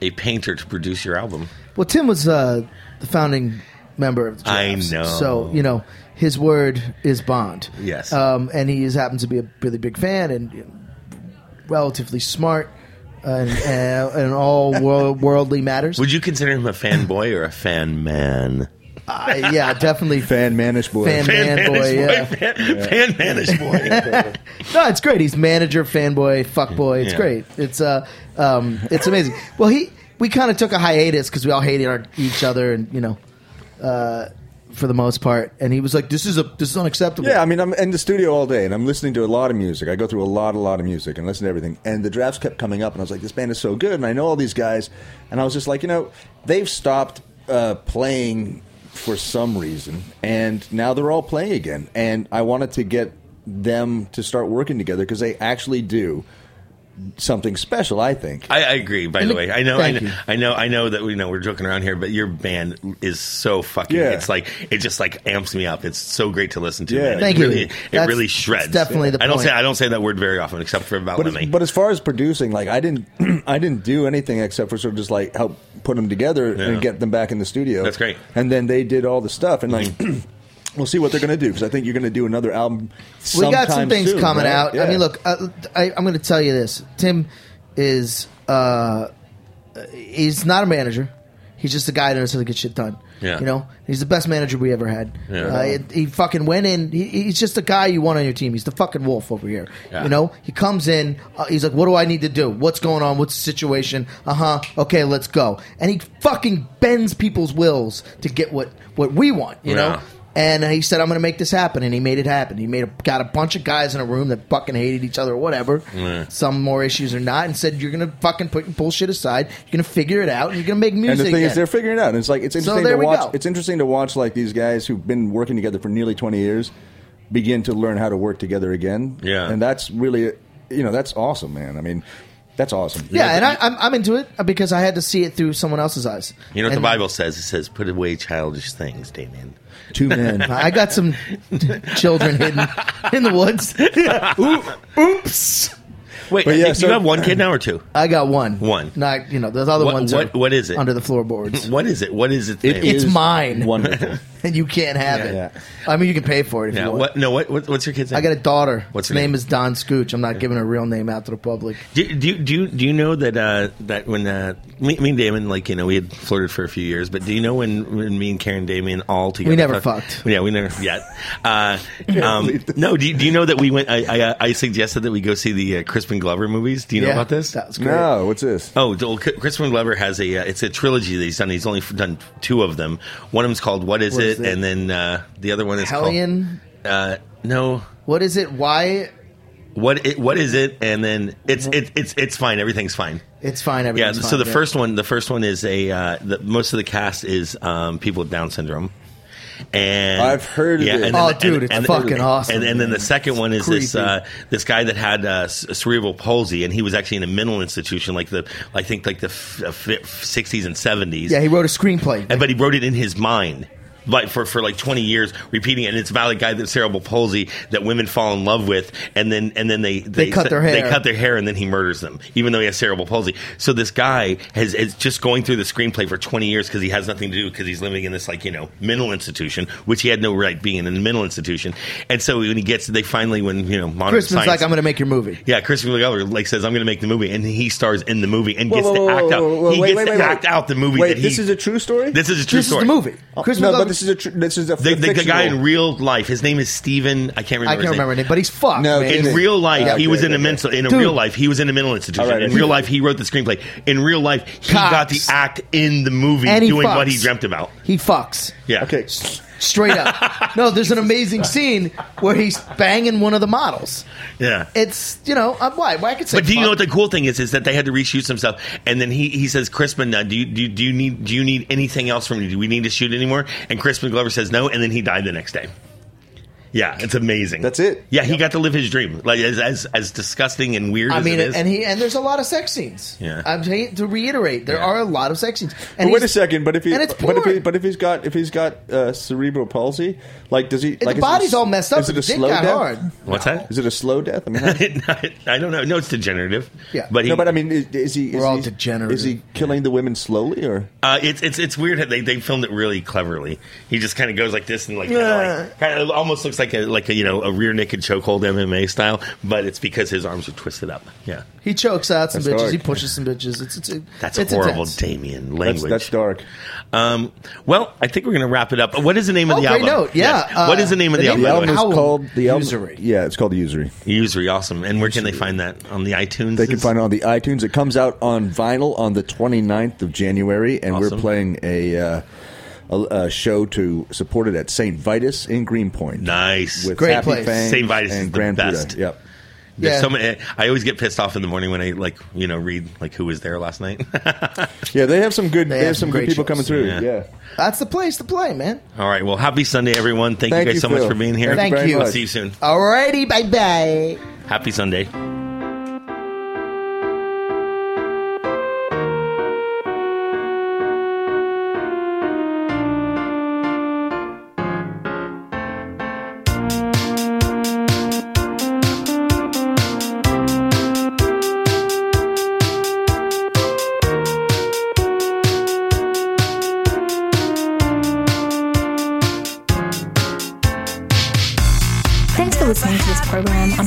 [SPEAKER 3] a painter to produce your album?
[SPEAKER 4] Well, Tim was uh, the founding member of the
[SPEAKER 3] I
[SPEAKER 4] Giraffes.
[SPEAKER 3] know.
[SPEAKER 4] So you know his word is bond.
[SPEAKER 3] Yes.
[SPEAKER 4] Um, and he is, happens to be a really big fan and you know, relatively smart uh, and and, and all world, worldly matters.
[SPEAKER 3] Would you consider him a fanboy or a fan man?
[SPEAKER 4] I- Uh, yeah, definitely.
[SPEAKER 5] Fan manish boy.
[SPEAKER 4] Fan- Man boy, yeah.
[SPEAKER 3] fan, fan manish boy.
[SPEAKER 4] No, it's great. He's manager, fanboy, fuckboy. It's
[SPEAKER 3] Yeah.
[SPEAKER 4] great. It's uh, um, it's amazing. Well, he we kind of took a hiatus because we all hated our, each other, and you know, uh, for the most part. And he was like, "This is a this is unacceptable."
[SPEAKER 5] Yeah, I mean, I'm in the studio all day, and I'm listening to a lot of music. I go through a lot, a lot of music, and listen to everything. And the drafts kept coming up, and I was like, "This band is so good," and I know all these guys. And I was just like, you know, they've stopped uh, playing for some reason, and now they're all playing again. And I wanted to get them to start working together because they actually do something special. I think.
[SPEAKER 3] I, I agree. By the way, I know, I
[SPEAKER 4] Thank
[SPEAKER 3] know,
[SPEAKER 4] you.
[SPEAKER 3] I know, I know that we know we're joking around here, but your band is so fucking.
[SPEAKER 5] Yeah.
[SPEAKER 3] It's like it just like amps me up. It's so great to listen to.
[SPEAKER 5] Yeah.
[SPEAKER 3] man.
[SPEAKER 4] Thank
[SPEAKER 3] it
[SPEAKER 4] you.
[SPEAKER 3] Really, it
[SPEAKER 4] That's-
[SPEAKER 3] really
[SPEAKER 4] it's
[SPEAKER 3] shreds.
[SPEAKER 4] definitely the
[SPEAKER 3] I don't
[SPEAKER 4] point.
[SPEAKER 3] say I don't say that word very often, except for about
[SPEAKER 5] But
[SPEAKER 3] Lemmy.
[SPEAKER 5] as, but as far as producing, like I didn't, I didn't do anything except for sort of just like help put them together
[SPEAKER 3] Yeah.
[SPEAKER 5] and get them back in the studio.
[SPEAKER 3] That's great. Mm-hmm.
[SPEAKER 5] And then they did all the stuff, and like We'll see what they're going to do because I think you're going to do another album.
[SPEAKER 4] we got some
[SPEAKER 5] sometime
[SPEAKER 4] things
[SPEAKER 5] soon,
[SPEAKER 4] coming
[SPEAKER 5] right?
[SPEAKER 4] out. I
[SPEAKER 5] Yeah.
[SPEAKER 4] mean, look, I, I, I'm going to tell you this: Tim is uh, he's not a manager. He's just a guy that knows how to get shit done.
[SPEAKER 3] Yeah.
[SPEAKER 4] You know, he's the best manager we ever had.
[SPEAKER 3] Yeah.
[SPEAKER 4] Uh, it- he fucking went in. He, he's just a guy you want on your team. He's the fucking wolf over here.
[SPEAKER 3] Yeah.
[SPEAKER 4] You know, he comes in. Uh, he's like, "What do I need to do? What's going on? What's the situation? Uh huh. Okay, let's go." And he fucking bends people's wills to get what what we want. You
[SPEAKER 3] Yeah.
[SPEAKER 4] know, and he said, "I'm going to make this happen," and he made it happen. He made a, got a bunch of guys in a room that fucking hated each other or whatever, some more issues or not, and said, "You're going to fucking put your bullshit aside. You're going to figure it out. and You're going to make
[SPEAKER 5] And
[SPEAKER 4] music."
[SPEAKER 5] the thing
[SPEAKER 4] again."
[SPEAKER 5] is, they're figuring it out. And it's like it's interesting
[SPEAKER 4] there
[SPEAKER 5] to
[SPEAKER 4] we
[SPEAKER 5] watch.
[SPEAKER 4] go.
[SPEAKER 5] It's interesting to watch like these guys who've been working together for nearly twenty years begin to learn how to work together again.
[SPEAKER 3] Yeah.
[SPEAKER 5] and that's really you know that's awesome, man. I mean, that's awesome.
[SPEAKER 4] yeah, and I, I'm, I'm into it because I had to see it through someone else's eyes.
[SPEAKER 3] You know what
[SPEAKER 4] And
[SPEAKER 3] the Bible says? It says, "Put away childish things, Damien."
[SPEAKER 5] two men.
[SPEAKER 4] I got some children hidden in the woods.
[SPEAKER 3] Oops. Wait,
[SPEAKER 5] But
[SPEAKER 3] I
[SPEAKER 5] yeah,
[SPEAKER 3] think
[SPEAKER 5] so-
[SPEAKER 3] you have one kid now or two?
[SPEAKER 4] I got one.
[SPEAKER 3] One.
[SPEAKER 4] Not you know those other
[SPEAKER 3] What-
[SPEAKER 4] ones.
[SPEAKER 3] what-
[SPEAKER 4] are
[SPEAKER 3] what is it?
[SPEAKER 4] under the floorboards?
[SPEAKER 3] What is it? What is it?
[SPEAKER 5] It
[SPEAKER 3] Damien?
[SPEAKER 4] It's
[SPEAKER 5] is
[SPEAKER 4] mine.
[SPEAKER 5] Wonderful.
[SPEAKER 4] and you can't have it.
[SPEAKER 5] Yeah.
[SPEAKER 4] I mean, you can pay for it if
[SPEAKER 3] Yeah,
[SPEAKER 4] you want.
[SPEAKER 3] what? No. What, what? What's your kid's name?
[SPEAKER 4] I got a daughter.
[SPEAKER 3] What's
[SPEAKER 4] What's
[SPEAKER 3] her
[SPEAKER 4] her name?
[SPEAKER 3] name?
[SPEAKER 4] Is Don Scooch. I'm not giving her real name out to the public.
[SPEAKER 3] Do, do, you- do, you- do you know that uh, that when uh, me, me and Damon, like, you know, we had flirted for a few years, but do you know when, when me and Karen Damien all together?
[SPEAKER 4] never fucked.
[SPEAKER 3] Yeah, we never yet. Uh, um, no, do you, do you know that we went? I, uh, I, I suggested that we go see the uh, Crispin Glover movies. Do you know
[SPEAKER 4] Yeah,
[SPEAKER 3] about this?
[SPEAKER 4] That was great.
[SPEAKER 5] no, what's this?
[SPEAKER 3] Oh, the- well, Cri- Crispin Glover has a. Uh, it's a trilogy that he's done. He's only f- done two of them. One of them's called "What Is,
[SPEAKER 4] What
[SPEAKER 3] it?
[SPEAKER 4] Is It?
[SPEAKER 3] and then uh, the other one is
[SPEAKER 4] Hellion.
[SPEAKER 3] Called, uh, no,
[SPEAKER 4] What is it? Why?
[SPEAKER 3] what? It, what is it? And then it's it, it's it's fine. Everything's fine.
[SPEAKER 4] It's fine.
[SPEAKER 3] Yeah.
[SPEAKER 4] Everything's
[SPEAKER 3] So
[SPEAKER 4] fine,
[SPEAKER 3] the first one, the first one is a. Uh, the, most of the cast is um, people with Down syndrome. And
[SPEAKER 5] I've heard of it.
[SPEAKER 3] and
[SPEAKER 4] Oh,
[SPEAKER 3] then-
[SPEAKER 4] dude, it's fucking awesome,
[SPEAKER 3] And, and then the
[SPEAKER 4] man.
[SPEAKER 3] second one is this
[SPEAKER 4] creepy.
[SPEAKER 3] uh, this guy that had uh, c- cerebral palsy, and he was actually in a mental institution, like the I think like the uh, sixties and seventies.
[SPEAKER 4] Yeah, he wrote a screenplay.
[SPEAKER 3] And- but he wrote it in his mind like for, for like 20 years repeating it and it's about a guy that's cerebral palsy that women fall in love with and then and then they
[SPEAKER 4] They cut their
[SPEAKER 3] they
[SPEAKER 4] hair.
[SPEAKER 3] cut their hair and then he murders them even though he has cerebral palsy so this guy has is just going through the screenplay for 20 years because he has nothing to do because he's living in this like you know mental institution which he had no right being in a mental institution and so when he gets they finally when you know modern
[SPEAKER 4] Christmas
[SPEAKER 3] science
[SPEAKER 4] like I'm going to make your movie.
[SPEAKER 3] yeah, Christopher Glover like says, "I'm going to make the movie," and he stars in the movie and gets
[SPEAKER 5] Whoa, whoa,
[SPEAKER 3] to
[SPEAKER 5] whoa,
[SPEAKER 3] act out.
[SPEAKER 5] whoa, whoa,
[SPEAKER 3] he
[SPEAKER 5] wait,
[SPEAKER 3] gets
[SPEAKER 5] wait,
[SPEAKER 3] to
[SPEAKER 5] wait,
[SPEAKER 3] act
[SPEAKER 5] wait.
[SPEAKER 3] out the movie.
[SPEAKER 5] Wait,
[SPEAKER 3] that he,
[SPEAKER 5] this is a true story?
[SPEAKER 3] This is a true
[SPEAKER 4] this
[SPEAKER 3] story.
[SPEAKER 4] is the movie.
[SPEAKER 5] Oh,
[SPEAKER 4] Christmas
[SPEAKER 5] no, but
[SPEAKER 4] Glover-
[SPEAKER 5] this is a tr- this is a
[SPEAKER 3] The, the, the guy in
[SPEAKER 5] fictional-
[SPEAKER 3] real life, his name is Steven. I can't remember.
[SPEAKER 4] I can't
[SPEAKER 3] his
[SPEAKER 4] remember
[SPEAKER 3] name.
[SPEAKER 4] it, but he's fucked.
[SPEAKER 5] No,
[SPEAKER 4] man.
[SPEAKER 5] it-
[SPEAKER 3] In real life,
[SPEAKER 5] Yeah,
[SPEAKER 3] he
[SPEAKER 5] okay,
[SPEAKER 3] was in a
[SPEAKER 5] okay.
[SPEAKER 3] mental. In a
[SPEAKER 4] Dude.
[SPEAKER 3] real life, he was in a mental institution.
[SPEAKER 5] All right,
[SPEAKER 3] in
[SPEAKER 5] I-
[SPEAKER 3] real life, he wrote the screenplay. In real life, he
[SPEAKER 4] Cox.
[SPEAKER 3] got to act in the movie,
[SPEAKER 4] And he
[SPEAKER 3] doing
[SPEAKER 4] fucks.
[SPEAKER 3] what he dreamt about.
[SPEAKER 4] He fucks.
[SPEAKER 3] Yeah.
[SPEAKER 5] Okay,
[SPEAKER 4] Straight up. no, there's an amazing scene where he's banging one of the models.
[SPEAKER 3] Yeah.
[SPEAKER 4] It's you know uh, why why I could say.
[SPEAKER 3] But do you know
[SPEAKER 4] fuck.
[SPEAKER 3] what the cool thing is? Is that they had to reshoot some stuff, and then he, he says, "Crispin, uh, do you do, you- do you need do you need anything else from you? Do we need to shoot anymore?" And Crispin Glover says no, and then he died the next day. Yeah, it's amazing.
[SPEAKER 5] That's it?
[SPEAKER 3] Yeah, he got to live his dream. Like as as, as disgusting and weird.
[SPEAKER 4] I
[SPEAKER 3] as
[SPEAKER 4] mean,
[SPEAKER 3] it is.
[SPEAKER 4] and he and there's a lot of sex scenes.
[SPEAKER 3] Yeah.
[SPEAKER 4] I'm saying to reiterate, there
[SPEAKER 3] Yeah.
[SPEAKER 4] are a lot of sex scenes.
[SPEAKER 5] But
[SPEAKER 4] And
[SPEAKER 5] wait a
[SPEAKER 4] he's-
[SPEAKER 5] second. But if he,
[SPEAKER 4] and it's
[SPEAKER 5] but if he,
[SPEAKER 4] porn.
[SPEAKER 5] but if he's got, if he's got uh, cerebral palsy, like does he?
[SPEAKER 4] the
[SPEAKER 5] like, is it
[SPEAKER 4] body's
[SPEAKER 5] a-
[SPEAKER 4] all messed up,
[SPEAKER 5] Is
[SPEAKER 4] but
[SPEAKER 5] it a
[SPEAKER 4] the dick
[SPEAKER 5] slow
[SPEAKER 4] got
[SPEAKER 5] death?
[SPEAKER 4] hard.
[SPEAKER 3] what's that?
[SPEAKER 5] Is it a slow death? I mean, how-
[SPEAKER 3] I don't know. No, it's degenerative.
[SPEAKER 4] Yeah.
[SPEAKER 3] but he,
[SPEAKER 5] no, but I mean, is, is he? Is
[SPEAKER 4] We're all
[SPEAKER 5] he,
[SPEAKER 4] degenerate.
[SPEAKER 5] Is he killing the women slowly or?
[SPEAKER 3] uh, it's it's it's weird. How they they filmed it really cleverly. He just kind of goes like this and like kind of like, kinda almost looks like a like a you know a rear naked chokehold MMA style, but it's because his arms are twisted up. Yeah,
[SPEAKER 4] He chokes out some
[SPEAKER 5] That's
[SPEAKER 4] bitches.
[SPEAKER 5] dark.
[SPEAKER 4] He pushes some bitches. It's it's, it's
[SPEAKER 3] that's
[SPEAKER 4] it's
[SPEAKER 3] horrible,
[SPEAKER 4] intense.
[SPEAKER 3] Damien
[SPEAKER 5] That's,
[SPEAKER 3] language.
[SPEAKER 5] that's dark.
[SPEAKER 3] Um, well, I think we're going to wrap it up. What is the name of
[SPEAKER 4] Oh,
[SPEAKER 3] the
[SPEAKER 4] great
[SPEAKER 3] album?
[SPEAKER 4] note.
[SPEAKER 3] Yes.
[SPEAKER 4] Yeah,
[SPEAKER 3] what
[SPEAKER 4] uh,
[SPEAKER 3] is the name of
[SPEAKER 4] the
[SPEAKER 3] the,
[SPEAKER 4] name
[SPEAKER 5] The
[SPEAKER 3] album?
[SPEAKER 5] album
[SPEAKER 3] by
[SPEAKER 5] is
[SPEAKER 3] the way?
[SPEAKER 4] Owl.
[SPEAKER 5] called the album,
[SPEAKER 4] Usury.
[SPEAKER 5] Yeah, it's called Usury.
[SPEAKER 3] Usury, awesome. And where can they find that on the iTunes?
[SPEAKER 5] They can find it on the iTunes. It comes out on vinyl on the 29th of January, and
[SPEAKER 3] Awesome.
[SPEAKER 5] we're playing a, uh, a, a show to support it at St. Vitus in Greenpoint.
[SPEAKER 3] Nice.
[SPEAKER 5] With
[SPEAKER 4] Great
[SPEAKER 5] Happy
[SPEAKER 4] place.
[SPEAKER 5] Fangs
[SPEAKER 3] St. Vitus is
[SPEAKER 5] and
[SPEAKER 3] the
[SPEAKER 5] Grand Buddha.
[SPEAKER 3] best.
[SPEAKER 5] Yep.
[SPEAKER 3] There's
[SPEAKER 4] Yeah.
[SPEAKER 3] so many- I always get pissed off in the morning when I like you know read like who was there last night.
[SPEAKER 5] Yeah, they have some good. They,
[SPEAKER 4] have
[SPEAKER 5] have
[SPEAKER 4] some
[SPEAKER 5] some good
[SPEAKER 4] great
[SPEAKER 5] people
[SPEAKER 4] shows.
[SPEAKER 5] coming through.
[SPEAKER 3] Yeah.
[SPEAKER 5] Yeah.
[SPEAKER 4] That's the place to play, man.
[SPEAKER 3] All right. Well, happy Sunday, everyone. Thank,
[SPEAKER 5] Thank
[SPEAKER 3] you guys
[SPEAKER 5] you,
[SPEAKER 3] so much
[SPEAKER 5] Phil.
[SPEAKER 3] for being here.
[SPEAKER 4] Thank
[SPEAKER 5] very
[SPEAKER 4] you.
[SPEAKER 5] much.
[SPEAKER 3] See you soon.
[SPEAKER 4] Alrighty, bye bye.
[SPEAKER 3] Happy Sunday.
[SPEAKER 9] program on